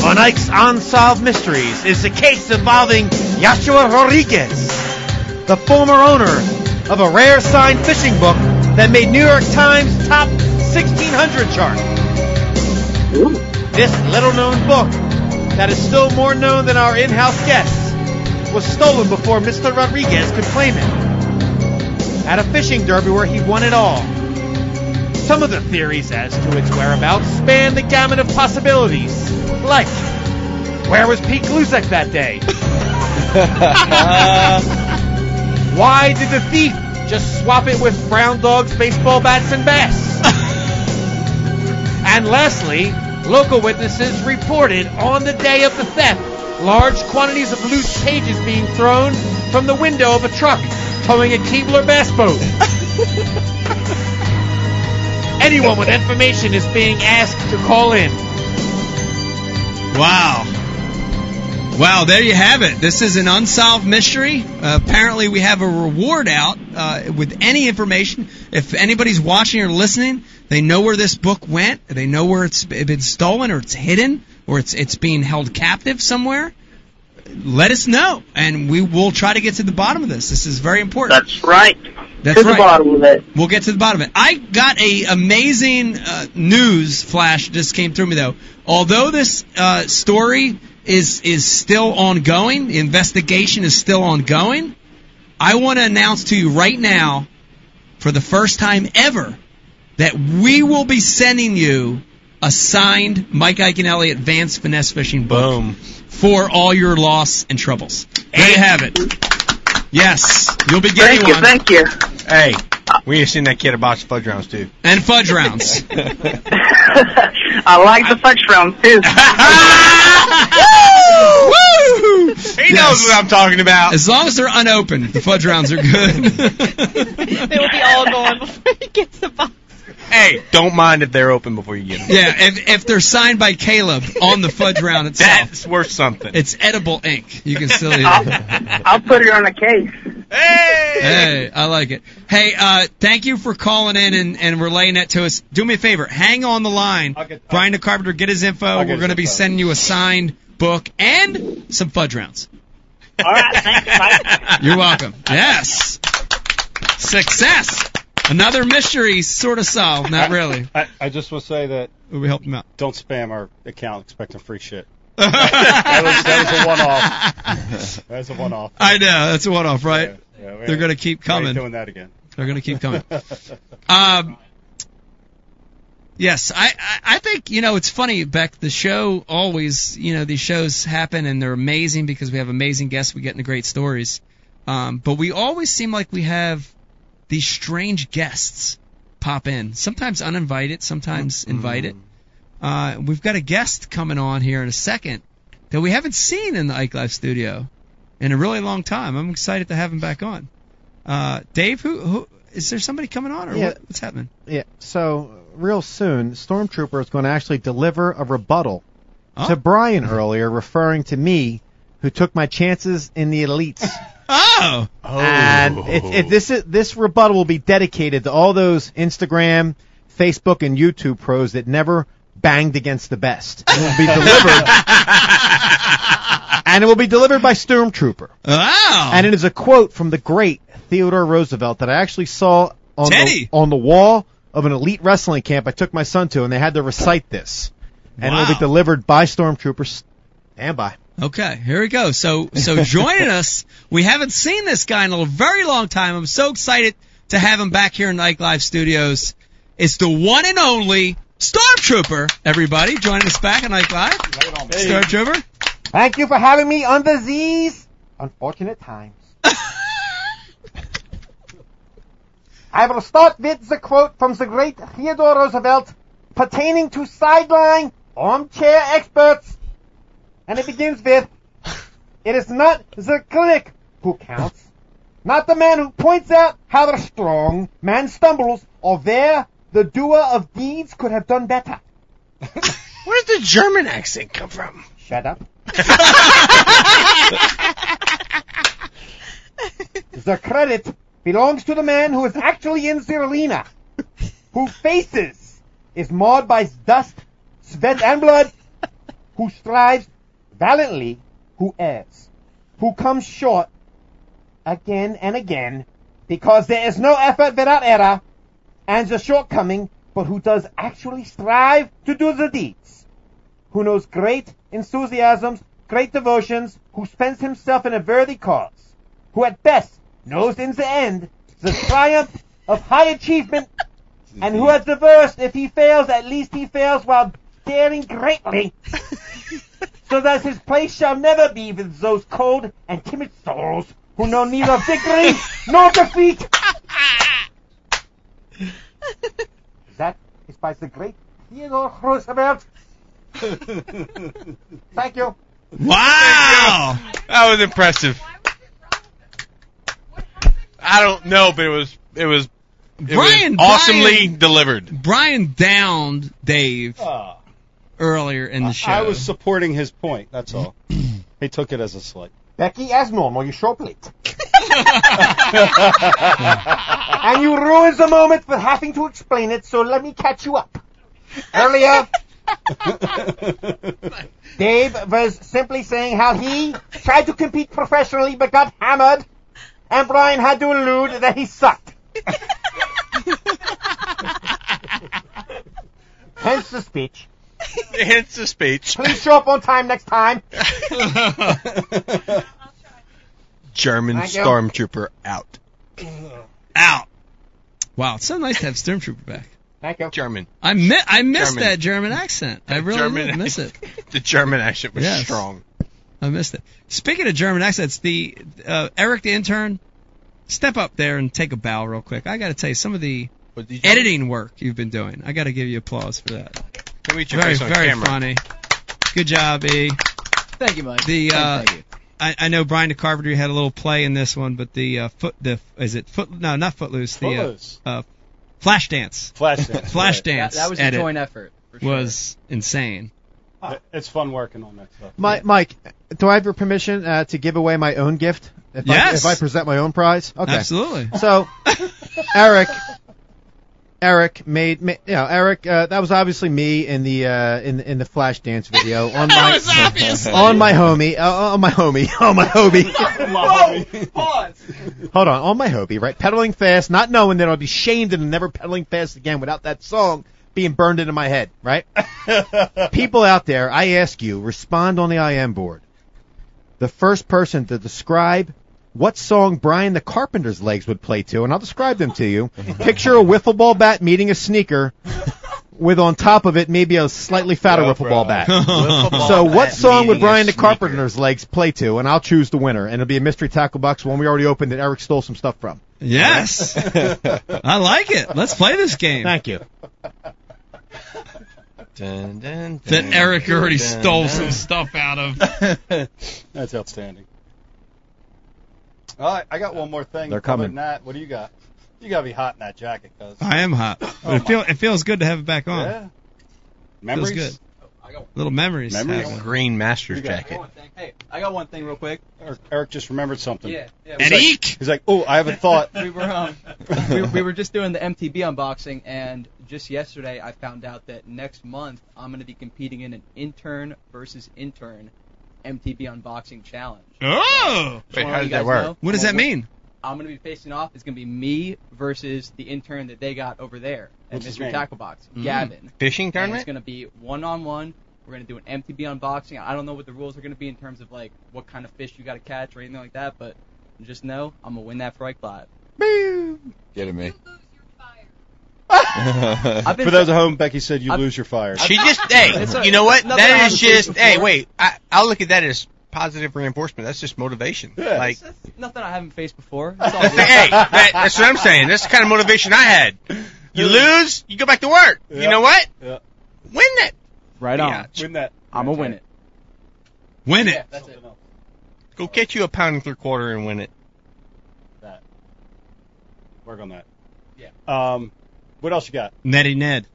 S10: on Ike's Unsolved Mysteries, is the case involving Yashua Rodriguez, the former owner of a rare signed fishing book that made New York Times top 1600 chart. This little known book that is still more known than our in house guests was stolen before Mr. Rodriguez could claim it at a fishing derby where he won it all. Some of the theories as to its whereabouts span the gamut of possibilities, like where was Pete Glusek that day? (laughs) Why did the thief just swap it with brown dogs, baseball bats, and bass? and lastly, local witnesses reported on the day of the theft large quantities of loose cages being thrown from the window of a truck towing a Keebler bass boat. Anyone with information is being asked to call in.
S1: Wow. Wow, there you have it. This is an unsolved mystery. Uh, apparently, we have a reward out uh, with any information. If anybody's watching or listening, they know where this book went. They know where it's been stolen, or it's hidden, or it's it's being held captive somewhere. Let us know, and we will try to get to the bottom of this. This is very important.
S9: That's right.
S1: That's
S9: to the
S1: right.
S9: bottom of it.
S1: We'll get to the bottom of it. I got a amazing uh, news flash just came through me though. Although this uh, story is is still ongoing, the investigation is still ongoing. I want to announce to you right now, for the first time ever, that we will be sending you a signed Mike Iaconelli Advanced Finesse Fishing book
S3: Boom.
S1: for all your loss and troubles. There you have it. Yes, you'll be getting
S9: Thank you,
S1: one
S9: thank you.
S3: Hey, we ain't seen that kid a box of fudge rounds too.
S1: and
S3: (laughs)
S1: fudge rounds.
S9: I like the fudge
S1: (laughs)
S9: round too.
S1: Woo!
S3: He knows what I'm talking about.
S1: As long as they're unopened, the fudge rounds are
S9: (laughs)
S1: good.
S5: They will be all gone before you get to the box.
S3: Hey, don't mind if they're open before you get them.
S1: yeah, if, if they're signed by Caleb on the fudge round itself,
S3: That's worth something.
S1: it's edible ink. You can
S9: (laughs)
S1: still eat it.
S9: I'll, I'll put it on a case.
S3: hey!
S1: Hey, I like it. Hey, uh, thank you for calling in and, and relaying that to us. Do me a favor, hang on the line.
S4: I'll get-
S1: Brian the Carpenter, get his info.
S4: I'll get
S1: We're
S4: his
S1: going to be
S4: info.
S1: sending you a signed book and some fudge rounds.
S9: All right, thanks, Mike.
S1: You're
S4: (laughs)
S1: welcome. Yes. Success. Another mystery sort of solved. Not
S4: (laughs)
S1: really.
S4: I, I just will say that
S1: We helped him out.
S4: don't spam our account expecting
S1: (laughs)
S4: free shit. That was, that was a one-off. That was a one-off.
S1: I know. That's a one off, right?
S4: Yeah, we
S1: They're
S4: ain't-
S1: going to keep
S4: we ain't
S1: coming.
S4: doing that again.
S1: They're going to keep
S4: (laughs)
S1: coming. Um, yes, I, I, I think, you know, it's funny, Beck, the show always, you know, these shows happen and they're amazing because we have amazing guests. We get into great stories. Um, but we always seem like we have these strange guests pop in, sometimes uninvited, sometimes invited. Uh, we've got a guest coming on here in a second that we haven't seen in the Ike Live studio in a really long time. I'm excited to have him back on. Uh, Dave, who, who is there somebody coming on or
S7: Yeah.
S1: what, what's happening?
S7: Yeah. So real soon, Stormtrooper is going to actually deliver a rebuttal
S1: Huh?
S7: to Brian earlier, referring to me, who took my chances in the
S1: (laughs)
S7: elites.
S1: Oh,
S7: And it, it, this is this rebuttal will be dedicated to all those Instagram, Facebook, and YouTube pros that never banged against the best. It will be
S1: (laughs)
S7: delivered, and it will be delivered by Stormtrooper.
S1: wow!
S7: And it is a quote from the great Theodore Roosevelt that I actually saw on the,
S1: Teddy.
S7: on the wall of an elite wrestling camp I took my son to, and they had to recite this. And it will
S1: Wow.
S7: be delivered by Stormtroopers. And by.
S1: Okay, here we go. So,
S3: (laughs)
S1: so joining us, we haven't seen this guy in a very long time. I'm so excited to have him back here in Nike Live Studios. It's the one and only Stormtrooper. Everybody, joining us back at Nike Live. Stormtrooper.
S11: Thank you for having me on the Z's.
S7: (laughs)
S11: Unfortunate times. I will start with the quote from the great Theodore Roosevelt pertaining to sideline armchair experts. And it begins with, it is not the critic who counts, not the man who points out how the strong man stumbles or where the doer of deeds could have
S3: (laughs)
S11: done better.
S3: Where does the German accent come from? (laughs)
S11: Shut up. (laughs) the credit belongs to the man who is actually in the arena, who faces, is marred by dust, sweat, and blood, who strives valiantly, who errs, who comes short again and again, because there is no effort without error, and the shortcoming, but who does actually strive to do the deeds, who knows great enthusiasms, great devotions, who spends himself in a worthy cause, who at best knows in the end the triumph of high achievement, and who at the worst, if he fails, at least he fails while daring greatly, so that his place shall never be with those cold and timid souls who know neither victory nor defeat. that is by the great Theodore Roosevelt. Thank you.
S1: Wow!
S3: That was impressive. I don't know, but it was it was, it
S1: Brian,
S3: was awesomely
S1: Brian-
S3: delivered.
S1: Brian downed Dave earlier in the show.
S4: Ah. I was supporting his point. That's
S1: (clears throat)
S4: all. he took it as a slight.
S11: Becky, as normal, you show plate. (laughs) and you ruined the moment with having to explain it, so let me catch you up.
S3: (laughs)
S11: Earlier, Dave was simply saying how he tried to compete professionally but got hammered, and Brian had to allude that
S3: (laughs)
S11: he sucked. Hence the speech.
S3: Hence the speech.
S11: Please show up on time next
S3: (laughs)
S11: time.
S3: German
S11: Thank you.
S3: stormtrooper out.
S1: Out. Wow, it's so nice to have Stormtrooper back.
S11: Thank you.
S3: German.
S1: I mi- I missed
S3: German.
S1: that German accent. I really
S3: German
S1: did miss it.
S3: The German accent was
S1: Yes.
S3: strong.
S1: I missed it. Speaking of German accents, the uh, Eric the intern, step up there and take a bow real quick. I got to tell you some of the editing work you've been doing. I got to give you applause for that.
S3: Let me get your
S1: Very
S3: face on
S1: very
S3: camera.
S1: funny. Good job, E.
S12: Thank you, Mike.
S1: The uh,
S12: Thank you.
S1: I, I know Brian DeCarpenter had a little play in this one, but the uh, foot the is it foot no not footloose the
S12: Footloose.
S1: Uh, uh, flash dance
S4: (laughs) flash dance
S1: flash
S4: right.
S1: dance
S4: That- that was a
S1: edit
S4: joint effort, for sure.
S1: was insane.
S4: It's fun working on that stuff.
S7: Mi- Mike, do I have your permission uh, to give away my own gift? If I,
S4: Yes.
S7: if I present my own prize, okay.
S1: Absolutely.
S7: (laughs) So, Eric, Eric made, ma- you know, Eric. Uh, that was obviously me in the uh, in in the flash dance video on my
S10: was obviously.
S7: (laughs) on my homie uh, on my homie (laughs) on my homie. Hold on, on my homie, right? Pedaling fast, not knowing that I'll be shamed into never pedaling fast again without that song being burned into my head, right? People out there, I ask you, respond on the IM board. The first person to describe what song Brian the Carpenter's legs would play to, and I'll describe them to you. Picture a wiffle ball bat meeting a sneaker. With on top of it maybe a slightly fatter wiffle ball bat.
S10: Oh, (laughs) Wiffle ball
S7: so what
S10: bat
S7: song would
S10: meeting a
S7: Brian the Carpenter's legs play to? And I'll choose the winner, and it'll be a mystery tackle box one we already opened that Eric stole some stuff from.
S1: Yes, I like it. Let's play this game.
S7: Thank you.
S3: Dun, dun,
S1: That
S3: dun,
S1: Eric already
S3: dun,
S1: stole
S3: dun.
S1: some stuff out of.
S4: That's outstanding. (laughs) All right, I got one more thing.
S1: They're
S4: Other
S1: coming.
S4: than that, what do you got? You gotta be hot in that jacket, cuz.
S1: I am hot, but
S3: Oh,
S1: it, feel, it feels good to have it back on.
S4: Yeah.
S1: Feels
S4: Memories.
S1: good. Little memories.
S4: Memories.
S1: happening.
S3: Green Master's
S4: got-
S3: jacket.
S12: Hey, I got one thing real quick.
S4: Eric, Er, Eric just remembered something.
S12: Yeah, yeah.
S4: He's
S12: And
S4: like,
S12: eek!
S4: He's like, oh,
S12: (laughs)
S4: I have a thought.
S12: we
S4: (laughs)
S12: were um, we, we were just doing the MTB unboxing, and just yesterday I found out that next month I'm going to be competing in an intern versus intern MTB unboxing challenge.
S1: Oh!
S12: Just wanna let you guys know.
S1: What does that
S12: Well,
S1: mean?
S12: I'm going to be facing off. It's going to be me versus the intern that they got over there at
S3: What's his
S12: Mr.
S3: name?
S12: Tacklebox,
S3: Mm.
S12: Gavin.
S3: Fishing
S12: And
S3: tournament?
S12: It's going to be one on one. We're gonna do an MTB unboxing. I don't know what the rules are gonna be in terms of like what kind of fish you gotta catch or anything like that, but just know I'm gonna win that Frike Live.
S6: Get me.
S12: I've been
S4: For those at home, Becky said you lose your fire.
S3: She just hey, you know what? That is just hey, wait. I I look at that as positive reinforcement. That's just motivation. Like
S12: Nothing I haven't faced
S3: (laughs)
S12: before. It's all good.
S3: hey, that, that's what I'm saying. That's the kind of motivation I had. You lose, you go back to work. You
S4: Yeah.
S3: know what?
S4: Yeah.
S3: Win that.
S12: Right on.
S3: Yeah.
S4: Win that.
S12: I'm gonna win it.
S1: Win it.
S12: That's it.
S3: Go get you a pound and three quarter and win it.
S4: That. Work on that.
S12: Yeah.
S4: Um, what else you got?
S1: Netty Ned.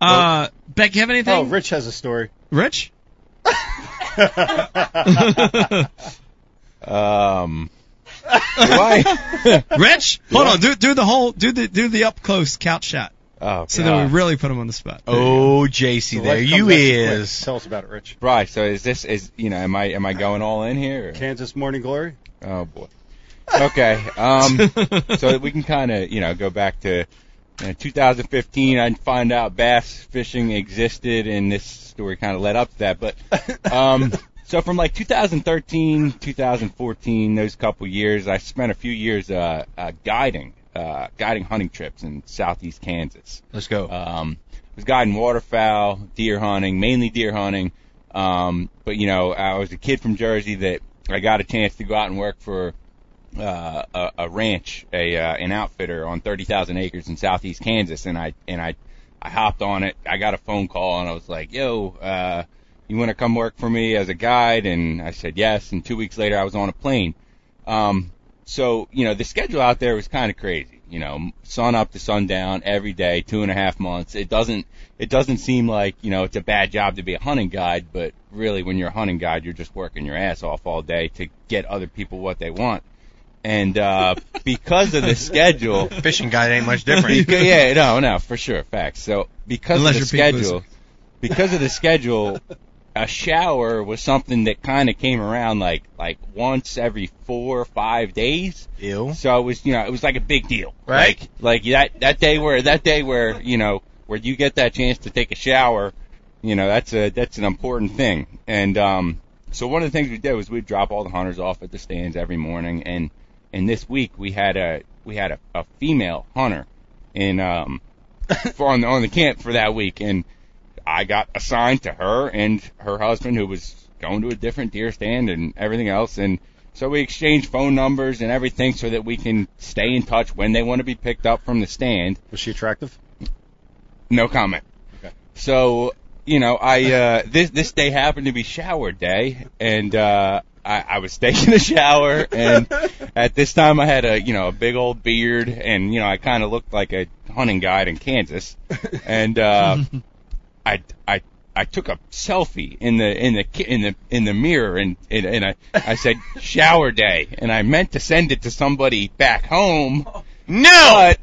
S1: Uh, Beck, you have anything?
S4: Oh, Rich has a story. (laughs)
S6: (laughs)
S1: Rich?
S6: Um. Why?
S1: (laughs) Rich? Hold on. Do do the whole do the do the up close couch shot.
S6: Oh,
S1: So then
S6: God.
S1: we really put him on the spot.
S3: Oh, JC,
S4: So
S3: there
S4: life
S3: you
S4: comes at quick.
S3: is.
S4: Tell us about it, Rich.
S6: Right. So is this is you know am I am I going all in here? or-
S4: Kansas Morning Glory.
S6: Oh boy. Okay.
S1: (laughs)
S6: Um. so that we can kind of you know go back to you know, 2015 and find out bass fishing existed, and this story kind of led up to that.
S3: (laughs)
S6: But um, so from like 2013, 2014, those couple years, I spent a few years uh, uh, guiding uh, guiding hunting trips in southeast Kansas.
S3: Let's go.
S6: Um, I was guiding waterfowl, deer hunting, mainly deer hunting. Um, but you know, I was a kid from Jersey that I got a chance to go out and work for uh, a, a ranch, a uh, an outfitter on 30,000 acres in southeast Kansas, and I and I I hopped on it. I got a phone call, and I was like, "Yo, uh, you want to come work for me as a guide?" And I said yes. And two weeks later, I was on a plane. Um, so you know, the schedule out there was kind of crazy. You know, sun up to sundown every day, two and a half months. It doesn't it doesn't seem like you know it's a bad job to be a hunting guide, but really, when you're a hunting guide, you're just working your ass off all day to get other people what they want. And uh, because
S3: (laughs)
S6: of the schedule,
S3: Fishing guide ain't much different.
S6: Beca- yeah, no, no, for sure, facts. So because
S1: Unless
S6: of the
S1: you're Pete Lucy.
S6: schedule, because of the schedule, a shower was something that kind of came around like like once every four or five days.
S3: Ew.
S6: So it was, you know, it was like a big deal,
S3: Right.
S6: Like, like that that day where that day where you know where you get that chance to take a shower, you know, that's a that's an important thing. And um, so one of the things we did was we'd drop all the hunters off at the stands every morning, and and this week we had a we had a, a female hunter in
S3: (laughs)
S6: um for on the, on the camp for that week, and I got assigned to her and her husband who was going to a different deer stand and everything else and so we exchanged phone numbers and everything so that we can stay in touch when they want to be picked up from the stand.
S4: Was she attractive?
S6: No comment.
S4: Okay.
S6: So, you know, I uh this this day happened to be shower day and uh I, I was (laughs) taking a shower and at this time I had a you know, a big old beard and you know, I kinda looked like a hunting guide in Kansas. And
S3: (laughs)
S6: uh I I I took a selfie in the in the ki- in the in the mirror and and, and I I said shower day and I meant to send it to somebody back home.
S3: (laughs) No.
S6: But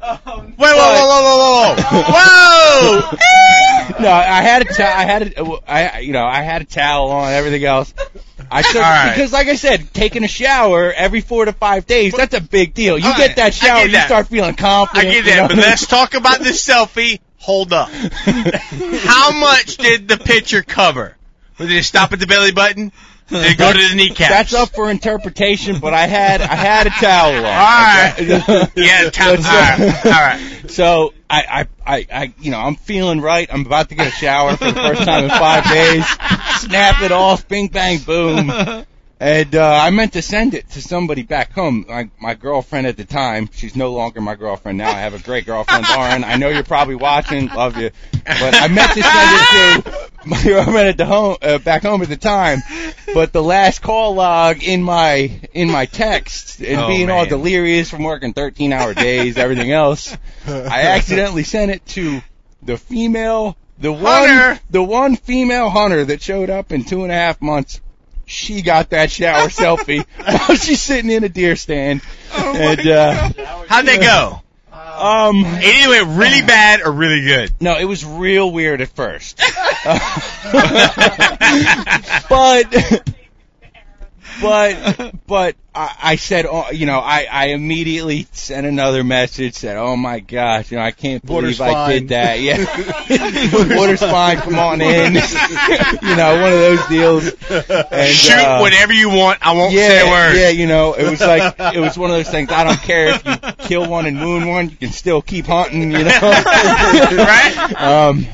S6: (laughs)
S3: Wait, whoa, whoa, whoa, whoa, whoa, (laughs) whoa!
S6: Oh. no, I had a to- I had a, I you know I had a towel on everything else. I took
S3: All right.
S6: because like I said, taking a shower every four to five days that's a big deal. You
S3: All
S6: get
S3: right, I
S6: that shower,
S3: get
S6: you
S3: that.
S6: start feeling
S3: I
S6: confident.
S3: get
S6: you know?
S3: that, but let's talk about this selfie.
S6: (laughs)
S3: Hold up. How much did the picture cover? Did it stop at the belly button? Did it go to the kneecaps?
S6: That's up for interpretation, but I had I had a towel on.
S3: All right. (laughs) yeah, count. All right. All right.
S6: So I, I, I, I, you know, I'm feeling right. I'm about to get a shower for the first time in five days. Snap it off, bing bang boom. And uh, I meant to send it to somebody back home. My, my girlfriend at the time, she's no longer my girlfriend now. I have a great girlfriend, Lauren. I know you're probably watching. Love you. But I meant to send it to my girlfriend at the home, uh, back home at the time. But the last call log in my in my text and
S3: Oh,
S6: being all
S3: man.
S6: delirious from working 13 hour days, everything else, I accidentally sent it to the female, the one,
S3: Hunter.
S6: the one female hunter that showed up in two and a half months. She got that shower
S3: (laughs)
S6: selfie while she's sitting in a deer stand.
S3: Oh
S6: and, uh,
S3: How'd they go?
S6: (laughs) um,
S3: It either went really bad or really good.
S6: no, it was real weird at (laughs)
S3: (laughs)
S6: first. but, but but I, I said, oh, you know, I, I immediately sent another message. Said, oh my gosh, you know, I can't believe
S3: Water's
S6: I
S3: fine.
S6: did that.
S3: (laughs)
S6: Yeah, water's fine. Come on in. (laughs) you know, one of those deals.
S3: (laughs)
S6: And,
S3: Shoot
S6: uh,
S3: whatever you want. I
S6: (laughs)
S3: won't
S6: yeah,
S3: say a word.
S6: Yeah, you know, it was
S3: (laughs)
S6: like it was one of those things. I don't care if you kill one and wound one, you can still keep hunting. You know,
S3: (laughs) right?
S6: Um,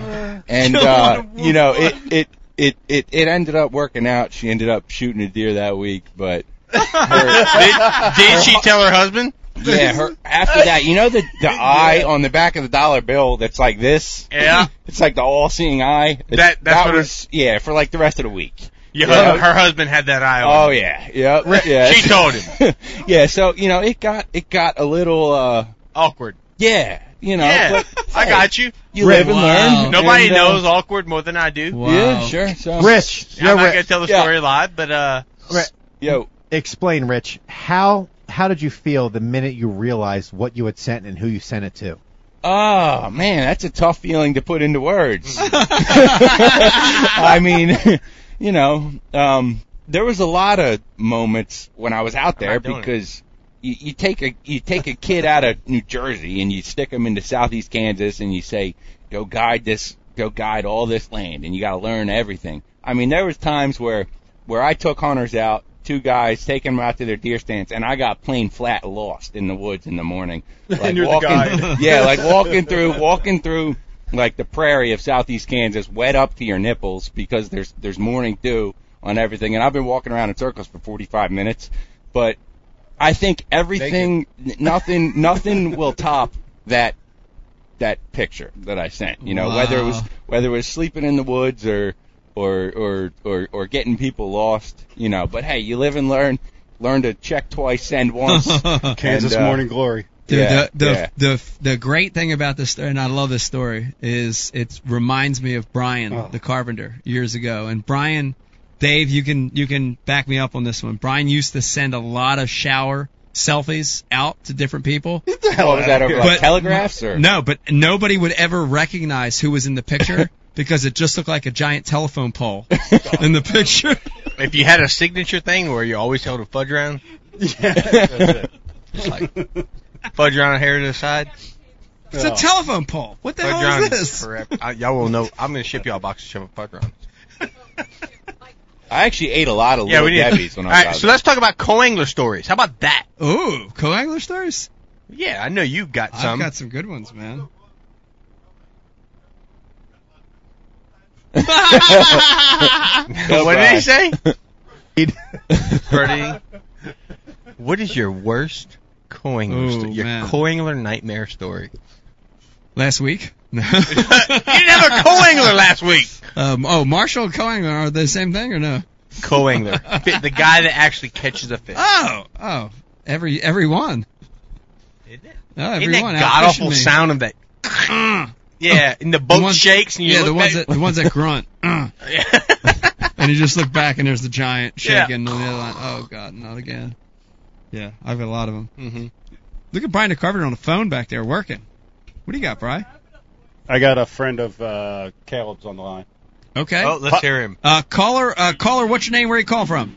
S6: and
S3: Kill one
S6: uh,
S3: and
S6: you know, it it it it it ended up working out. She ended up shooting a deer that week, but
S3: (laughs) did, did she
S6: (laughs)
S3: tell her husband?
S6: yeah, her after that, you know
S3: (laughs)
S6: the the eye on the back of the dollar bill that's like this.
S3: Yeah.
S6: it's like the all-seeing eye. It's-
S3: That- that's
S6: that
S3: what it-
S6: was yeah for like the rest of the week.
S3: Your
S6: Yeah.
S3: hus- her husband had that eye on.
S6: Oh yeah, yeah,
S3: (laughs)
S6: yeah.
S3: She told him.
S6: (laughs) yeah, so you know it got it got a little uh
S3: awkward.
S6: Yeah, you know.
S3: Yeah,
S6: but,
S3: (laughs) I
S6: hey,
S3: got you.
S6: You live and learn.
S3: Nobody
S6: and, uh,
S3: knows awkward more than I do.
S6: Yeah, sure. So.
S7: Rich,
S3: I'm
S7: you're
S3: not
S7: Rich.
S3: gonna tell the
S7: Yeah.
S3: story live, but uh,
S6: Yo.
S7: Explain, Rich. How how did you feel the minute you realized what you had sent and who you sent it to?
S6: Oh man, that's a tough feeling to put into
S3: Mm-hmm.
S6: words. (laughs) I mean, (laughs) you know, um, there was a lot of moments when I was out there
S3: doing it.
S6: because you, you take a you take a kid out of New Jersey and you stick him into Southeast Kansas and you say, go guide this, go guide all this land, and you got to learn everything. I mean, there was times where where I took hunters out, two guys taking them out to their deer stands, and I got plain flat lost in the woods in the
S3: (laughs)
S6: morning. Like
S3: you're the
S6: walking,
S3: guide.
S6: (laughs) yeah, like walking through, walking through like the prairie of southeast Kansas, wet up to your nipples because there's there's morning dew on everything. And I've been walking around in circles for 45 minutes, but I think everything, n- nothing, nothing will top that that picture that I sent. You know, whether it was
S13: Wow.
S6: whether it was sleeping in the woods or or or or or getting people lost. You know, but hey, you live and learn. Learn to check twice, send once.
S4: Kansas
S6: And, uh,
S4: Morning Glory.
S6: Dude, Yeah,
S1: the the,
S6: yeah.
S1: the the great thing about this story, and I love this story, is it reminds me of Brian the carpenter years ago. And Brian, Dave, you can you can back me up on this one. Brian used to send a lot of shower selfies out to different people.
S6: What was that over like
S1: But-
S6: telegraphs or
S1: No, but nobody would ever recognize who was in the (laughs) picture because it just looked like a giant telephone pole in the picture.
S3: if you had a signature thing where you always held a fudge round,
S4: yeah,
S3: It's like fudge round hair to the side.
S1: It's a telephone pole. What the
S3: fudge
S1: hell
S3: round
S1: is this?
S3: forever. I, y'all will know. I'm gonna ship y'all a box of shove fudge
S1: (laughs)
S3: round.
S6: I actually ate a lot of
S3: Yeah,
S6: little
S3: we need.
S6: Debbie's when
S3: (laughs) All
S6: I was
S3: right,
S6: out
S3: so
S6: there.
S3: let's talk about co-angler stories. How about that?
S1: Ooh, co-angler stories.
S3: Yeah, I know you got
S1: I've
S3: some.
S1: got some good ones, man.
S3: what did he
S6: Brian. (laughs)
S3: say?
S6: Birdie.
S3: What is your worst coangler?
S1: Ooh,
S3: sto- your
S1: man.
S3: coangler nightmare story? (laughs)
S1: Last week? (laughs) No.
S3: You didn't have a coangler (laughs) last week.
S1: Um, oh, Marshall and Coangler are they the same thing or no? (laughs)
S3: Coangler, Fi- the guy that actually catches a fish.
S1: Oh, oh, every Oh, every one. No,
S3: Isn't
S1: every
S3: that
S1: one.
S3: god awful
S1: outfishing me.
S3: sound of that? Mm. yeah, and the boat
S1: ones-
S3: shakes and you
S1: yeah,
S3: look
S1: the ones
S3: back-
S1: that the ones
S3: (laughs)
S1: that grunt. Uh. and you just look back and there's the giant
S3: Yeah.
S1: shaking on the other line. Oh god, not again. Yeah, I've got a lot of them.
S3: Mhm.
S1: Look at Brian DeCarpenter on the phone back there working. What do you got, Brian?
S4: I got a friend of uh, Caleb's on the line.
S1: Okay.
S3: Oh, let's hear him.
S1: Uh, caller, uh, caller, what's your name? Where you call from?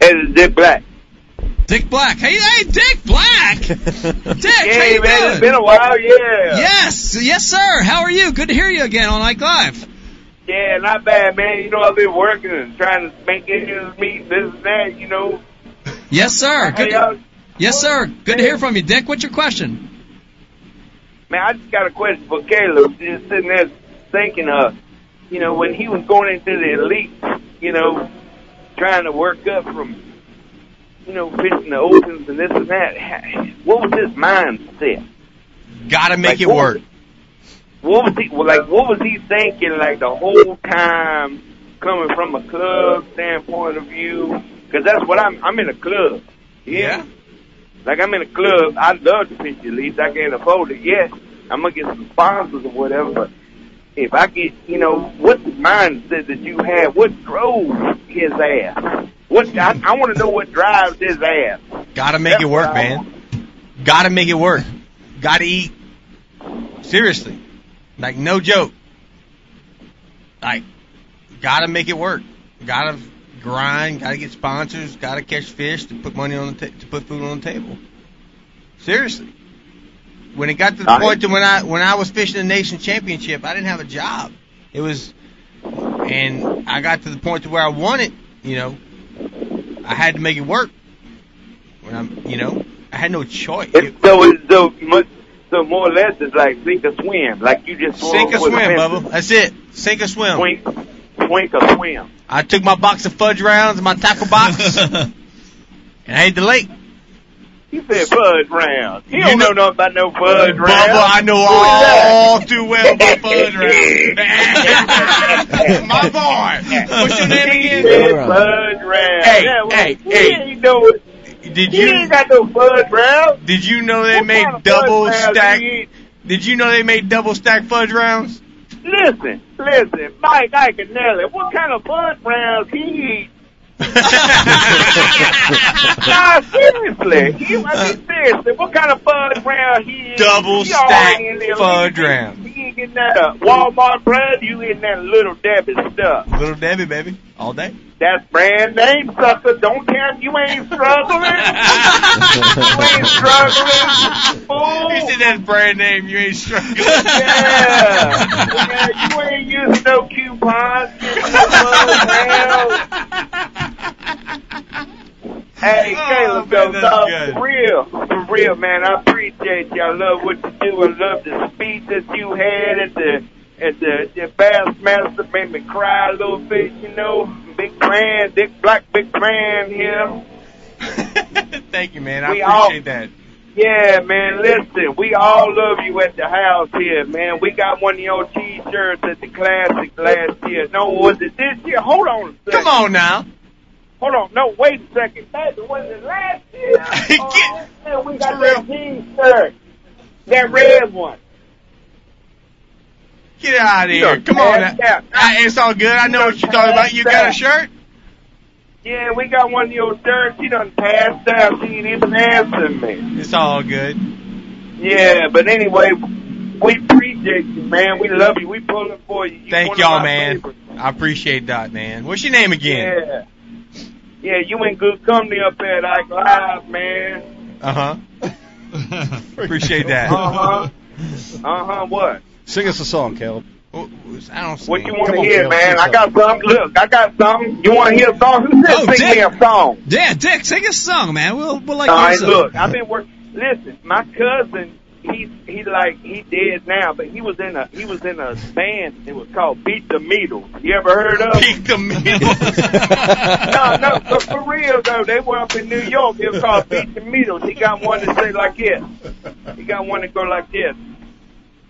S9: Hey, this is Dick Black.
S1: Dick Black. Hey, hey, Dick
S9: (laughs)
S1: Black. Dick, how
S9: Hey,
S1: you
S9: man,
S1: doing?
S9: it's been a while, yeah.
S1: Yes, yes, sir. How are you? Good to hear you again on Ike Live.
S9: Yeah, not bad, man. You know, I've been working and trying to make ends meet, this and that, you know.
S1: Yes, sir.
S9: Hey,
S1: Good.
S9: uh,
S1: yes, sir. Good to hear from you, Dick. What's your question?
S9: Man, I just got a question for Caleb. Just sitting there thinking, uh, you know, when he was going into the elite, you know, trying to work up from, you know, fishing the opens and this and that, ha- what was his mindset?
S3: Gotta make
S9: Like,
S3: it
S9: what-
S3: work.
S9: What was he well, like? What was he thinking? Like the whole time, coming from a club standpoint of view, because that's what I'm. I'm in a club. Yeah. Like I'm in a club. I love to pitch at least. I can't afford it yet. I'm gonna get some sponsors or whatever. But if I get, you know, what mindset that you had? What drove his ass? What I, I want to know what drives his ass.
S3: Gotta make it work, man. Gotta make it work. Gotta eat. Seriously. Like, no joke. Like, gotta make it work. Gotta, grind, gotta get sponsors, gotta catch fish to put money on the ta- to put food on the table. Seriously, when it got to the
S9: I-
S3: point to when I when I was fishing the nation championship, I didn't have a job. It was, and I got to the point to where I wanted, you know, I had to make it work. When I'm, you know, I had no choice. It-
S9: So it's so much. So more or less, it's like sink or swim. Like you just throw
S3: Sink or
S9: it with a
S3: swim,
S9: fence.
S3: Bubba. That's it. Sink or swim.
S9: Swink, swink or swim.
S3: I took my box of fudge rounds, my tackle box, and I hit the lake.
S9: You said fudge round. You,
S3: You
S9: don't know,
S3: know-
S9: nothing about no fudge
S3: Bubba,
S9: round.
S3: I know all too well about fudge
S9: (laughs) round.
S3: My boy, what's your name again?
S9: fudge round.
S3: Hey,
S9: Yeah, well,
S3: hey,
S9: he
S3: hey.
S9: ain't no-
S3: Did
S9: he
S3: you
S9: ain't got no fudge round.
S3: did you know they made
S9: kind of
S3: double
S9: fudge rounds
S3: stack?
S9: you eat?
S3: Did you know they made double stack fudge rounds?
S9: Listen, listen, Mike Iaconelli, what kind of fudge rounds
S3: (laughs)
S9: he eat? nah, seriously,
S3: (laughs)
S9: he, I mean, seriously, what kind of fudge round he eat?
S3: Double
S9: He all
S3: stack
S9: in there,
S3: fudge
S9: he-
S3: round.
S9: He ain't getting that uh, Walmart bread, you eating that little Debbie stuff.
S3: Little Debbie, baby, all day.
S9: That's brand name, sucker. Don't count, you
S3: (laughs)
S9: ain't struggling. you ain't struggling, fool.
S3: You said that brand name. You ain't struggling.
S9: Yeah. yeah, you ain't using no coupons. You ain't using no
S3: (laughs)
S9: mail. Hey, Caleb, though,
S3: Oh, man, that's
S9: no,
S3: good.
S9: for real, for real, man. I appreciate you. I love what you do. I love the speech that you had at the at the, the Bassmaster. Made me cry a little bit, you know. Big man, Dick Black, big man here.
S3: Thank you, man. I
S9: We all-
S3: appreciate that.
S9: Yeah, man, listen, we all love you at the house here, man. We got one of your t-shirts at the classic last year. No, was it this year? Hold on a second.
S3: Come on now.
S9: Hold on. No, wait a second. That was it last
S3: (laughs)
S9: year. oh, yeah, we got that t-shirt. That red one.
S3: Get out of
S9: You're
S3: here.
S9: a
S3: Come on.
S9: bad
S3: now.
S9: chap.
S3: I, it's all good. I know what you're talking about. You got a shirt?
S9: Yeah, we got one of your shirts. She done passed out. She ain't even answering me.
S3: It's all good.
S9: Yeah, but anyway, we appreciate you, man. We love you. We pulling for you. You
S3: Thank
S9: one of
S3: y'all,
S9: my
S3: man.
S9: favorites.
S3: I appreciate that, man. What's your name again?
S9: Yeah. Yeah, you in good company up there at Ike Live, man.
S3: Uh huh. appreciate that.
S4: (laughs)
S9: Uh-huh. Uh-huh, what?
S4: Sing us a song, Caleb.
S3: Oh, I don't see
S9: What you
S3: it.
S9: want
S4: Come
S9: to
S4: on,
S9: hear,
S4: Caleb,
S9: man?
S4: sing
S9: I got something. Look, I got something. You want to hear a song? Who said
S1: Oh,
S9: sing me
S1: Dick.
S9: a song?
S1: Yeah, Dick, sing a song, man. We'll we'll like
S9: All right,
S1: yours.
S9: look, I've been working. Listen, my cousin, he he like he dead now, but he was in a he was in a band. It was called Beat the Meatles. You ever heard of? it?
S3: Beat the meat.
S9: no, no, but for real though, they were up in New York. It was called Beat the Meatles. He got one that say like this. He got one that go like this.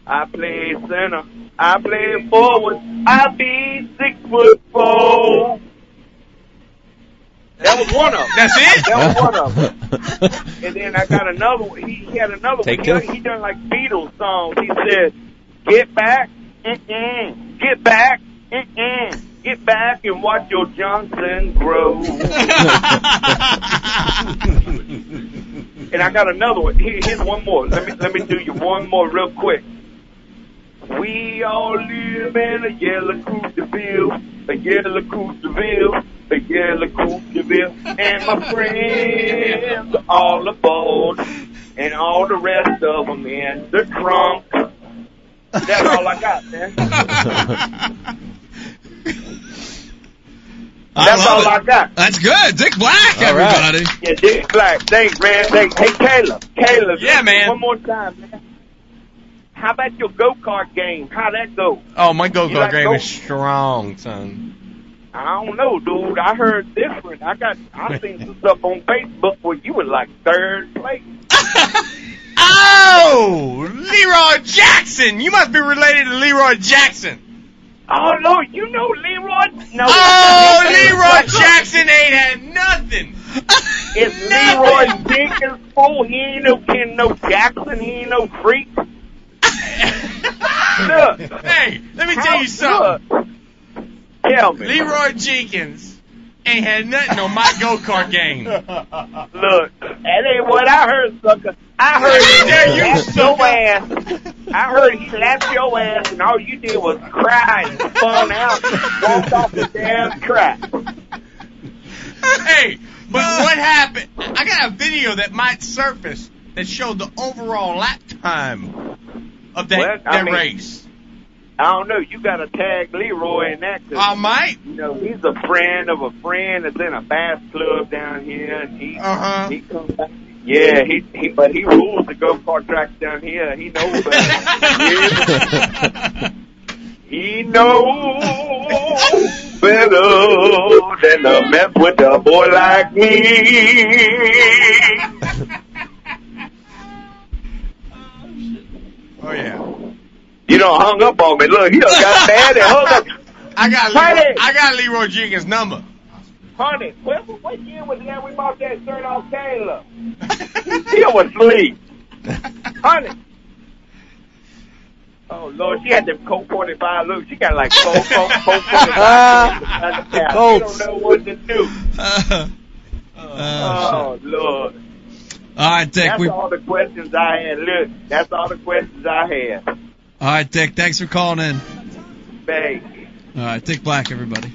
S9: I play center. I play forward. I be six foot four. That was one of them.
S3: That's it?
S9: That was one of them. And then I got another one. He, he had another
S6: Take
S9: one.
S6: two.
S9: He, he done like Beatles songs. He said, "Get back, mm-mm. get back, mm-mm. get back, and watch your Johnson grow." And I got another one. Here, here's one more. Let me let me do you one more real quick. We all live in a yellow Cooteville, a yellow Cooteville, a yellow Cooteville, and my friends are all aboard, and all the rest of them in the trunk. That's all I got, man. That's all I got.
S1: That's good, Dick Black,
S6: All right.
S1: everybody.
S9: Yeah, Dick Black. Thanks, man. Thanks. Hey, Caleb. Caleb.
S3: Yeah, man.
S9: One more time, man. How about your go kart game? How that go?
S3: oh, my go
S9: You like
S3: go game
S9: go-
S3: is strong, son.
S9: I don't know, dude. I heard different. I got I seen some stuff on Facebook where you were like
S1: (laughs)
S9: third place.
S1: Ah,
S3: Oh, Leroy Jackson. You must be related to Leroy Jackson.
S9: Oh no, you know Leroy. No,
S3: Oh,
S9: it's-
S3: Leroy Jackson ain't had
S9: (laughs)
S3: nothing.
S9: It's Leroy Jenkins fool. He ain't no Ken, no Jackson. He ain't no
S3: (laughs)
S9: freak. Look,
S3: Hey, let me tell you
S9: look.
S3: something.
S9: Tell me,
S3: Leroy Jenkins ain't had nothing on my go kart game.
S9: (laughs) Look, that ain't what I heard, sucker. I heard he
S3: Yeah, you
S9: lapped your ass. I heard he lapped your ass, and all you did was cry and spun out, and walked off the damn track.
S3: hey, but what happened? I got a video that might surface that showed the overall lap time of that,
S9: Well, I
S3: that
S9: mean,
S3: race.
S9: I don't know. You got to tag Leroy in that. 'cause,
S3: I might.
S9: You know, he's a friend of a friend that's in a bass club down here. And he,
S3: uh-huh.
S9: he comes back. Yeah, he, he, but he rules the go kart tracks down here. He knows
S3: (laughs)
S9: better. he knows better than to mess with a boy like me.
S3: Oh yeah.
S9: You don't hung up on me. Look, he done got mad and hung up.
S3: I got
S9: Honey.
S3: Leroy, I got Leroy Jenkins' number.
S9: Honey, what, what year was that we bought that shirt off Taylor? he was asleep. Honey. Oh, Lord, she had them Colt 45 look. She got like Colt, Colt, Colt 45.
S1: (laughs)
S14: Ah,
S9: She
S14: Colts.
S9: don't know what to do.
S1: Oh,
S9: oh, Lord.
S1: All right, Dick.
S9: That's
S1: we, all
S9: all the questions I had. Look, that's all the questions I had.
S1: right, Dick. Thanks for calling in.
S9: Thanks.
S1: All right, Dick Black, everybody.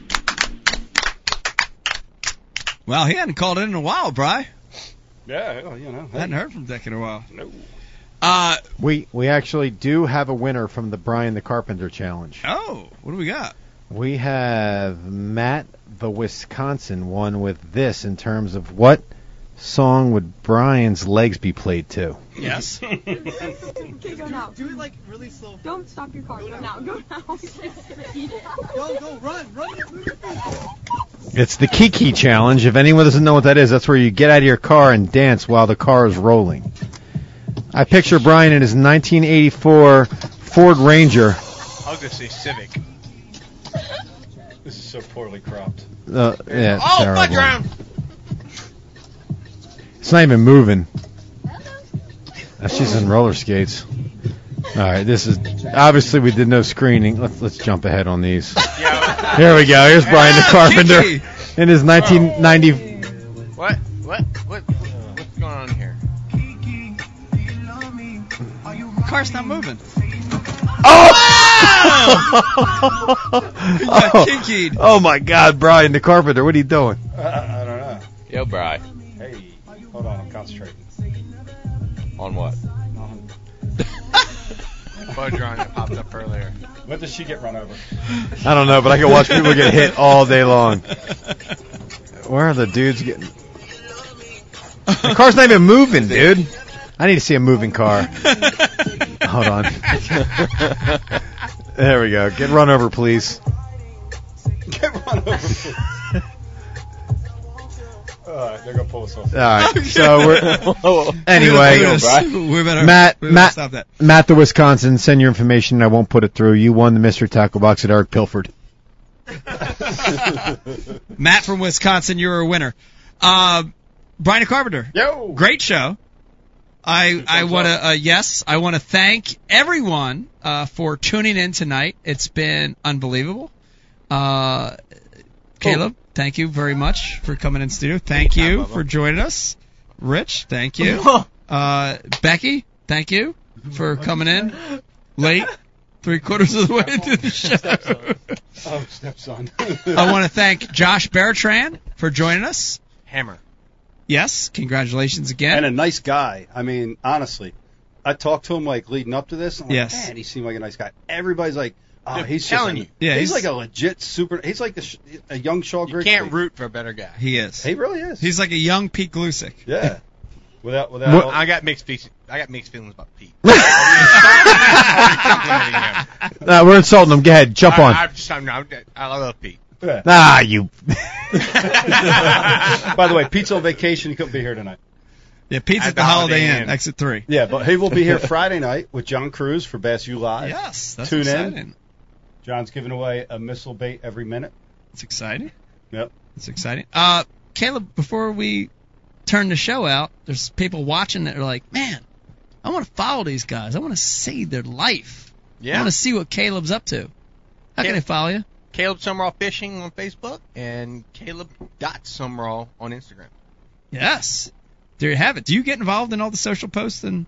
S1: Well, he hadn't called in in a while, Bry.
S4: Yeah, well, you know.
S1: I hadn't heard from Dick in a while.
S4: No.
S1: Uh,
S7: We we actually do have a winner from the Brian the Carpenter challenge.
S1: oh, what do we got?
S7: We have Matt the Wisconsin one with this in terms of what song would Brian's legs be played to?
S1: Yes.
S12: Go now. Do it like really slow. Don't stop your car. Go, now. Go now. (laughs) go, go, run, run.
S7: It's the Kiki challenge. If anyone doesn't know what that is, that's where you get out of your car and dance while the car is rolling. I picture Brian in his 1984 Ford Ranger.
S3: I was gonna say Civic.
S4: This is so poorly cropped.
S7: Uh, yeah,
S3: oh,
S7: terrible.
S3: fudge round.
S7: It's not even moving. Uh, she's in roller skates. All right, this is obviously we did no screening. Let's let's jump ahead on these. Here we go. Here's Brian the
S3: Ah,
S7: Carpenter
S3: Kiki.
S7: in his 1990.
S3: What? What? What? What's going on here?
S1: Car's not moving.
S7: oh! (laughs) oh my God, Brian the Carpenter, what are you doing?
S4: I, I don't know.
S6: Yo, Bry.
S4: Hey, hold on, I'm concentrating.
S6: On what?
S3: (laughs) Fudge round that popped up earlier.
S4: When does she get run over?
S7: I don't know, but I can watch people get hit all day long. Where are the dudes getting? The car's not even moving, dude. I need to see a moving car. Hold on. there we go. Get run over, please.
S4: Get run over. (laughs) Alright, they're gonna pull us off.
S7: All
S1: (laughs)
S7: right. So we're
S1: We
S7: anyway.
S1: better- we better-
S7: Matt,
S1: we better
S7: Matt,
S1: stop that.
S7: Matt, the Wisconsin. Send your information. I won't put it through. You won the mystery tackle box at Eric Pilford.
S1: (laughs) Matt from Wisconsin, you're a winner. Uh, Brian Carpenter.
S4: Yo.
S1: Great show. I I want to uh, yes, I want to thank everyone uh, for tuning in tonight. It's been unbelievable. Uh, Caleb, thank you very much for coming in studio. Thank you for joining us. Rich, thank you. Uh, Becky, thank you for coming in late, three quarters of the way through the show.
S4: Oh, stepson.
S1: (laughs) I want to thank Josh Bertrand for joining us.
S3: Hammer.
S1: Yes, congratulations again.
S4: And a nice guy. I mean, honestly, I talked to him like leading up to this. And I'm
S1: Yes.
S4: Like, Man, he seemed like a nice guy. Everybody's like, oh, he's just
S3: telling
S4: like-
S3: you. Yeah,
S4: he's,
S3: he's-
S4: like a legit super. He's like a, sh- a young Shaw
S3: You
S4: Grigsby.
S3: can't root for a better
S1: (laughs)
S3: guy.
S1: He is.
S4: He really is.
S1: He's like a young Pete Glusick.
S4: Yeah. Without without.
S3: Well, I got mixed feelings. I got mixed feelings about
S1: (laughs)
S3: Pete.
S7: Uh, we're insulting him. Go ahead, jump
S3: I,
S7: on.
S3: I, just, I'm, I'm, I love Pete.
S7: ah, you.
S4: (laughs) By the way, Pete's on vacation. He couldn't be here tonight.
S1: Yeah, Pete's (laughs) at, the Holiday Inn, exit three.
S4: Yeah, but he will be here Friday night with John Cruz for Bass U Live.
S1: Yes, that's
S4: Tune in.
S1: exciting.
S4: John's giving away a missile bait every minute.
S1: It's exciting.
S4: Yep.
S1: It's exciting. Uh, Caleb, before we turn the show out, there's people watching that are like, man, I want to follow these guys. I want to see their life. I
S3: Yeah.
S1: want to see what Caleb's up to. How can I follow you?
S3: Caleb Summerall Fishing on Facebook and Caleb dot Summerall on Instagram.
S1: Yes. There you have it. Do you get involved in all the social posts? And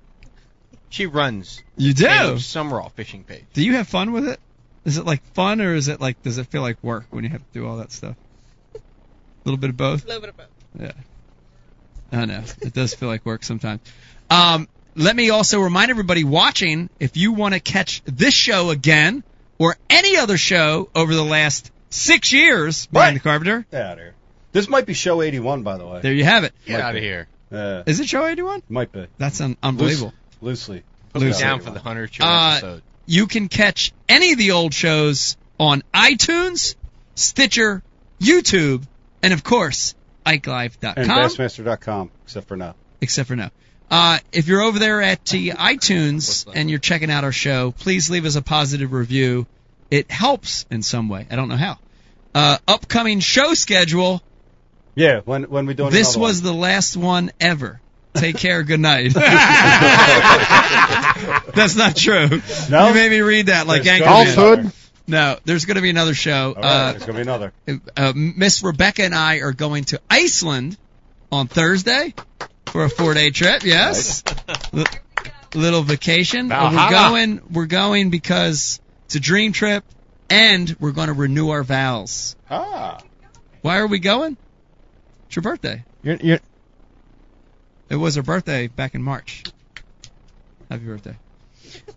S3: She runs.
S1: You do?
S3: Caleb Summerall Fishing page.
S1: do you have fun with it? Is it like fun or is it like does it feel like work when you have to do all that stuff? little bit of both.
S15: A little bit of both.
S1: Yeah. I know. It does feel like work sometimes. Um, let me also remind everybody watching if you want to catch this show again or any other show over the last six years, Brian the Carpenter.
S4: Get out of here. This might be show 81, by the way.
S1: There you have it.
S4: Might be. Yeah.
S1: Is it show 81?
S4: Uh, Might be.
S1: That's un- unbelievable.
S4: Loose- loosely.
S1: Put me Loosely. down
S3: for the Hunter Show
S1: Uh,
S3: episode.
S1: You can catch any of the old shows on iTunes, Stitcher, YouTube, and of course,
S4: And
S1: IkeLive.com.
S4: Bassmaster.com, except for now.
S1: except for no. Uh, if you're over there at the iTunes and you're checking out our show, please leave us a positive review. It helps in some way. I don't know how. Uh, upcoming show schedule.
S4: Yeah, when when we doing
S1: This
S4: another
S1: was the last one ever. Take care. Good
S4: (laughs)
S1: night. (laughs) That's not true.
S4: No?
S1: You made me read that like
S4: There's
S1: Anchorman.
S4: gotta be another.
S1: No, there's going to be another show.
S4: All right,
S1: Uh,
S4: there's gonna be another.
S1: uh, Miss Rebecca and I are going to Iceland on Thursday for a four-day trip. Yes, L- little vacation. Uh, we're
S3: Valhalla.
S1: going. We're going because it's a dream trip, and we're going to renew our vows.
S4: Ah.
S1: Why are we going? It's your birthday.
S7: You're, you're...
S1: It was her birthday back in March. Happy birthday.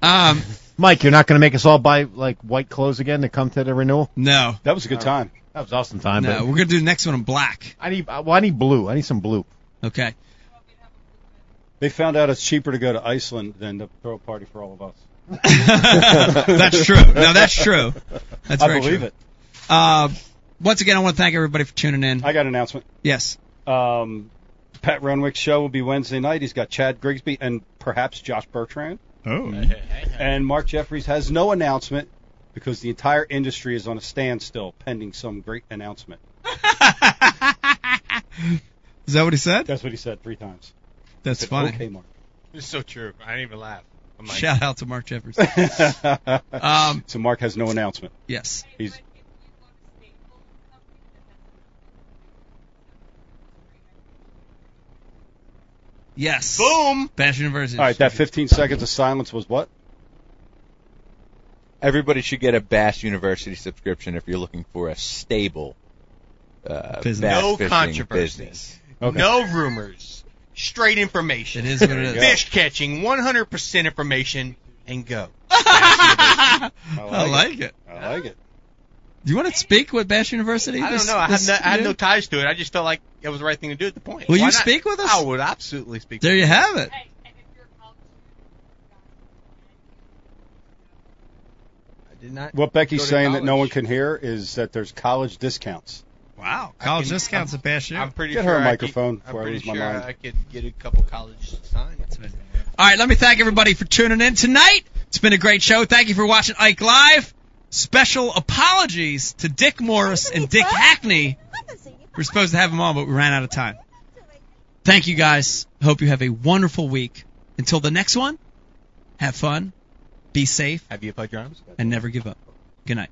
S1: Um,
S7: (laughs) Mike, you're not going to make us all buy like white clothes again to come to the renewal.
S1: No,
S4: that was a good time. That was awesome
S7: time.
S1: no,
S7: but-
S1: we're gonna do the next one in black.
S7: I need. uh, Well, I need blue. I need some blue.
S1: Okay.
S4: They found out it's cheaper to go to Iceland than to throw a party for all of
S1: (laughs)
S4: us.
S1: that's true. No, that's true. That's
S4: I
S1: very
S4: believe
S1: true.
S4: it.
S1: Uh, once again, I want to thank everybody for tuning in.
S4: I got an announcement.
S1: Yes.
S4: Um, Pat Renwick's show will be Wednesday night. He's got Chad Grigsby and perhaps Josh Bertrand.
S1: Oh.
S4: And Mark Jeffries has no announcement because the entire industry is on a standstill pending some great announcement.
S1: (laughs) Is that what he said?
S4: That's what he said three times.
S1: That's funny.
S4: Okay, Mark.
S3: It's so true. I didn't even laugh. I'm like,
S1: Shout out to Mark
S4: (laughs)
S1: Jeffers.
S4: um, so Mark has no announcement.
S1: Yes.
S4: He's
S1: yes. Boom. Bash University.
S4: all right. That 15 seconds of silence was what?
S6: Everybody should get a Bass University subscription if you're looking for a stable uh,
S1: Business.
S6: bass
S3: No
S6: fishing
S3: controversy.
S6: business.
S3: No rumors. Straight information.
S1: It is what it is.
S3: Fish catching, 100% information, and go.
S4: I
S1: I like it.
S4: I like it.
S1: Do you want to speak with Bash University?
S3: I don't
S1: this-
S3: know. I had,
S1: this
S3: no, I had no
S1: noon?
S3: ties to it. I just felt like it was the right thing to do at the point.
S1: Will
S3: Why
S1: you
S3: not?
S1: speak with us?
S3: I would absolutely speak.
S1: There
S3: with
S1: you
S3: us.
S1: have it.
S3: I did not.
S4: What Becky's
S3: go to
S4: saying that no
S3: college.
S4: one can hear is that there's college discounts.
S1: Wow.
S3: I
S1: College
S3: can-
S1: discounts at Bash U.
S3: I'm pretty
S4: Get
S3: sure
S4: her a
S3: I could-
S4: microphone
S3: I'm
S4: before I
S3: pretty
S4: lose my
S3: sure
S4: mind.
S3: I could get a couple college signs.
S1: All right, let me thank everybody for tuning in tonight. It's been a great show. Thank you for watching Ike Live. Special apologies to Dick Morris and Dick Hackney. We're supposed to have them on, but we ran out of time. Thank you guys. Hope you have a wonderful week. Until the next one, have fun, be safe,
S3: Have you played drums?
S1: and never give up. Good night.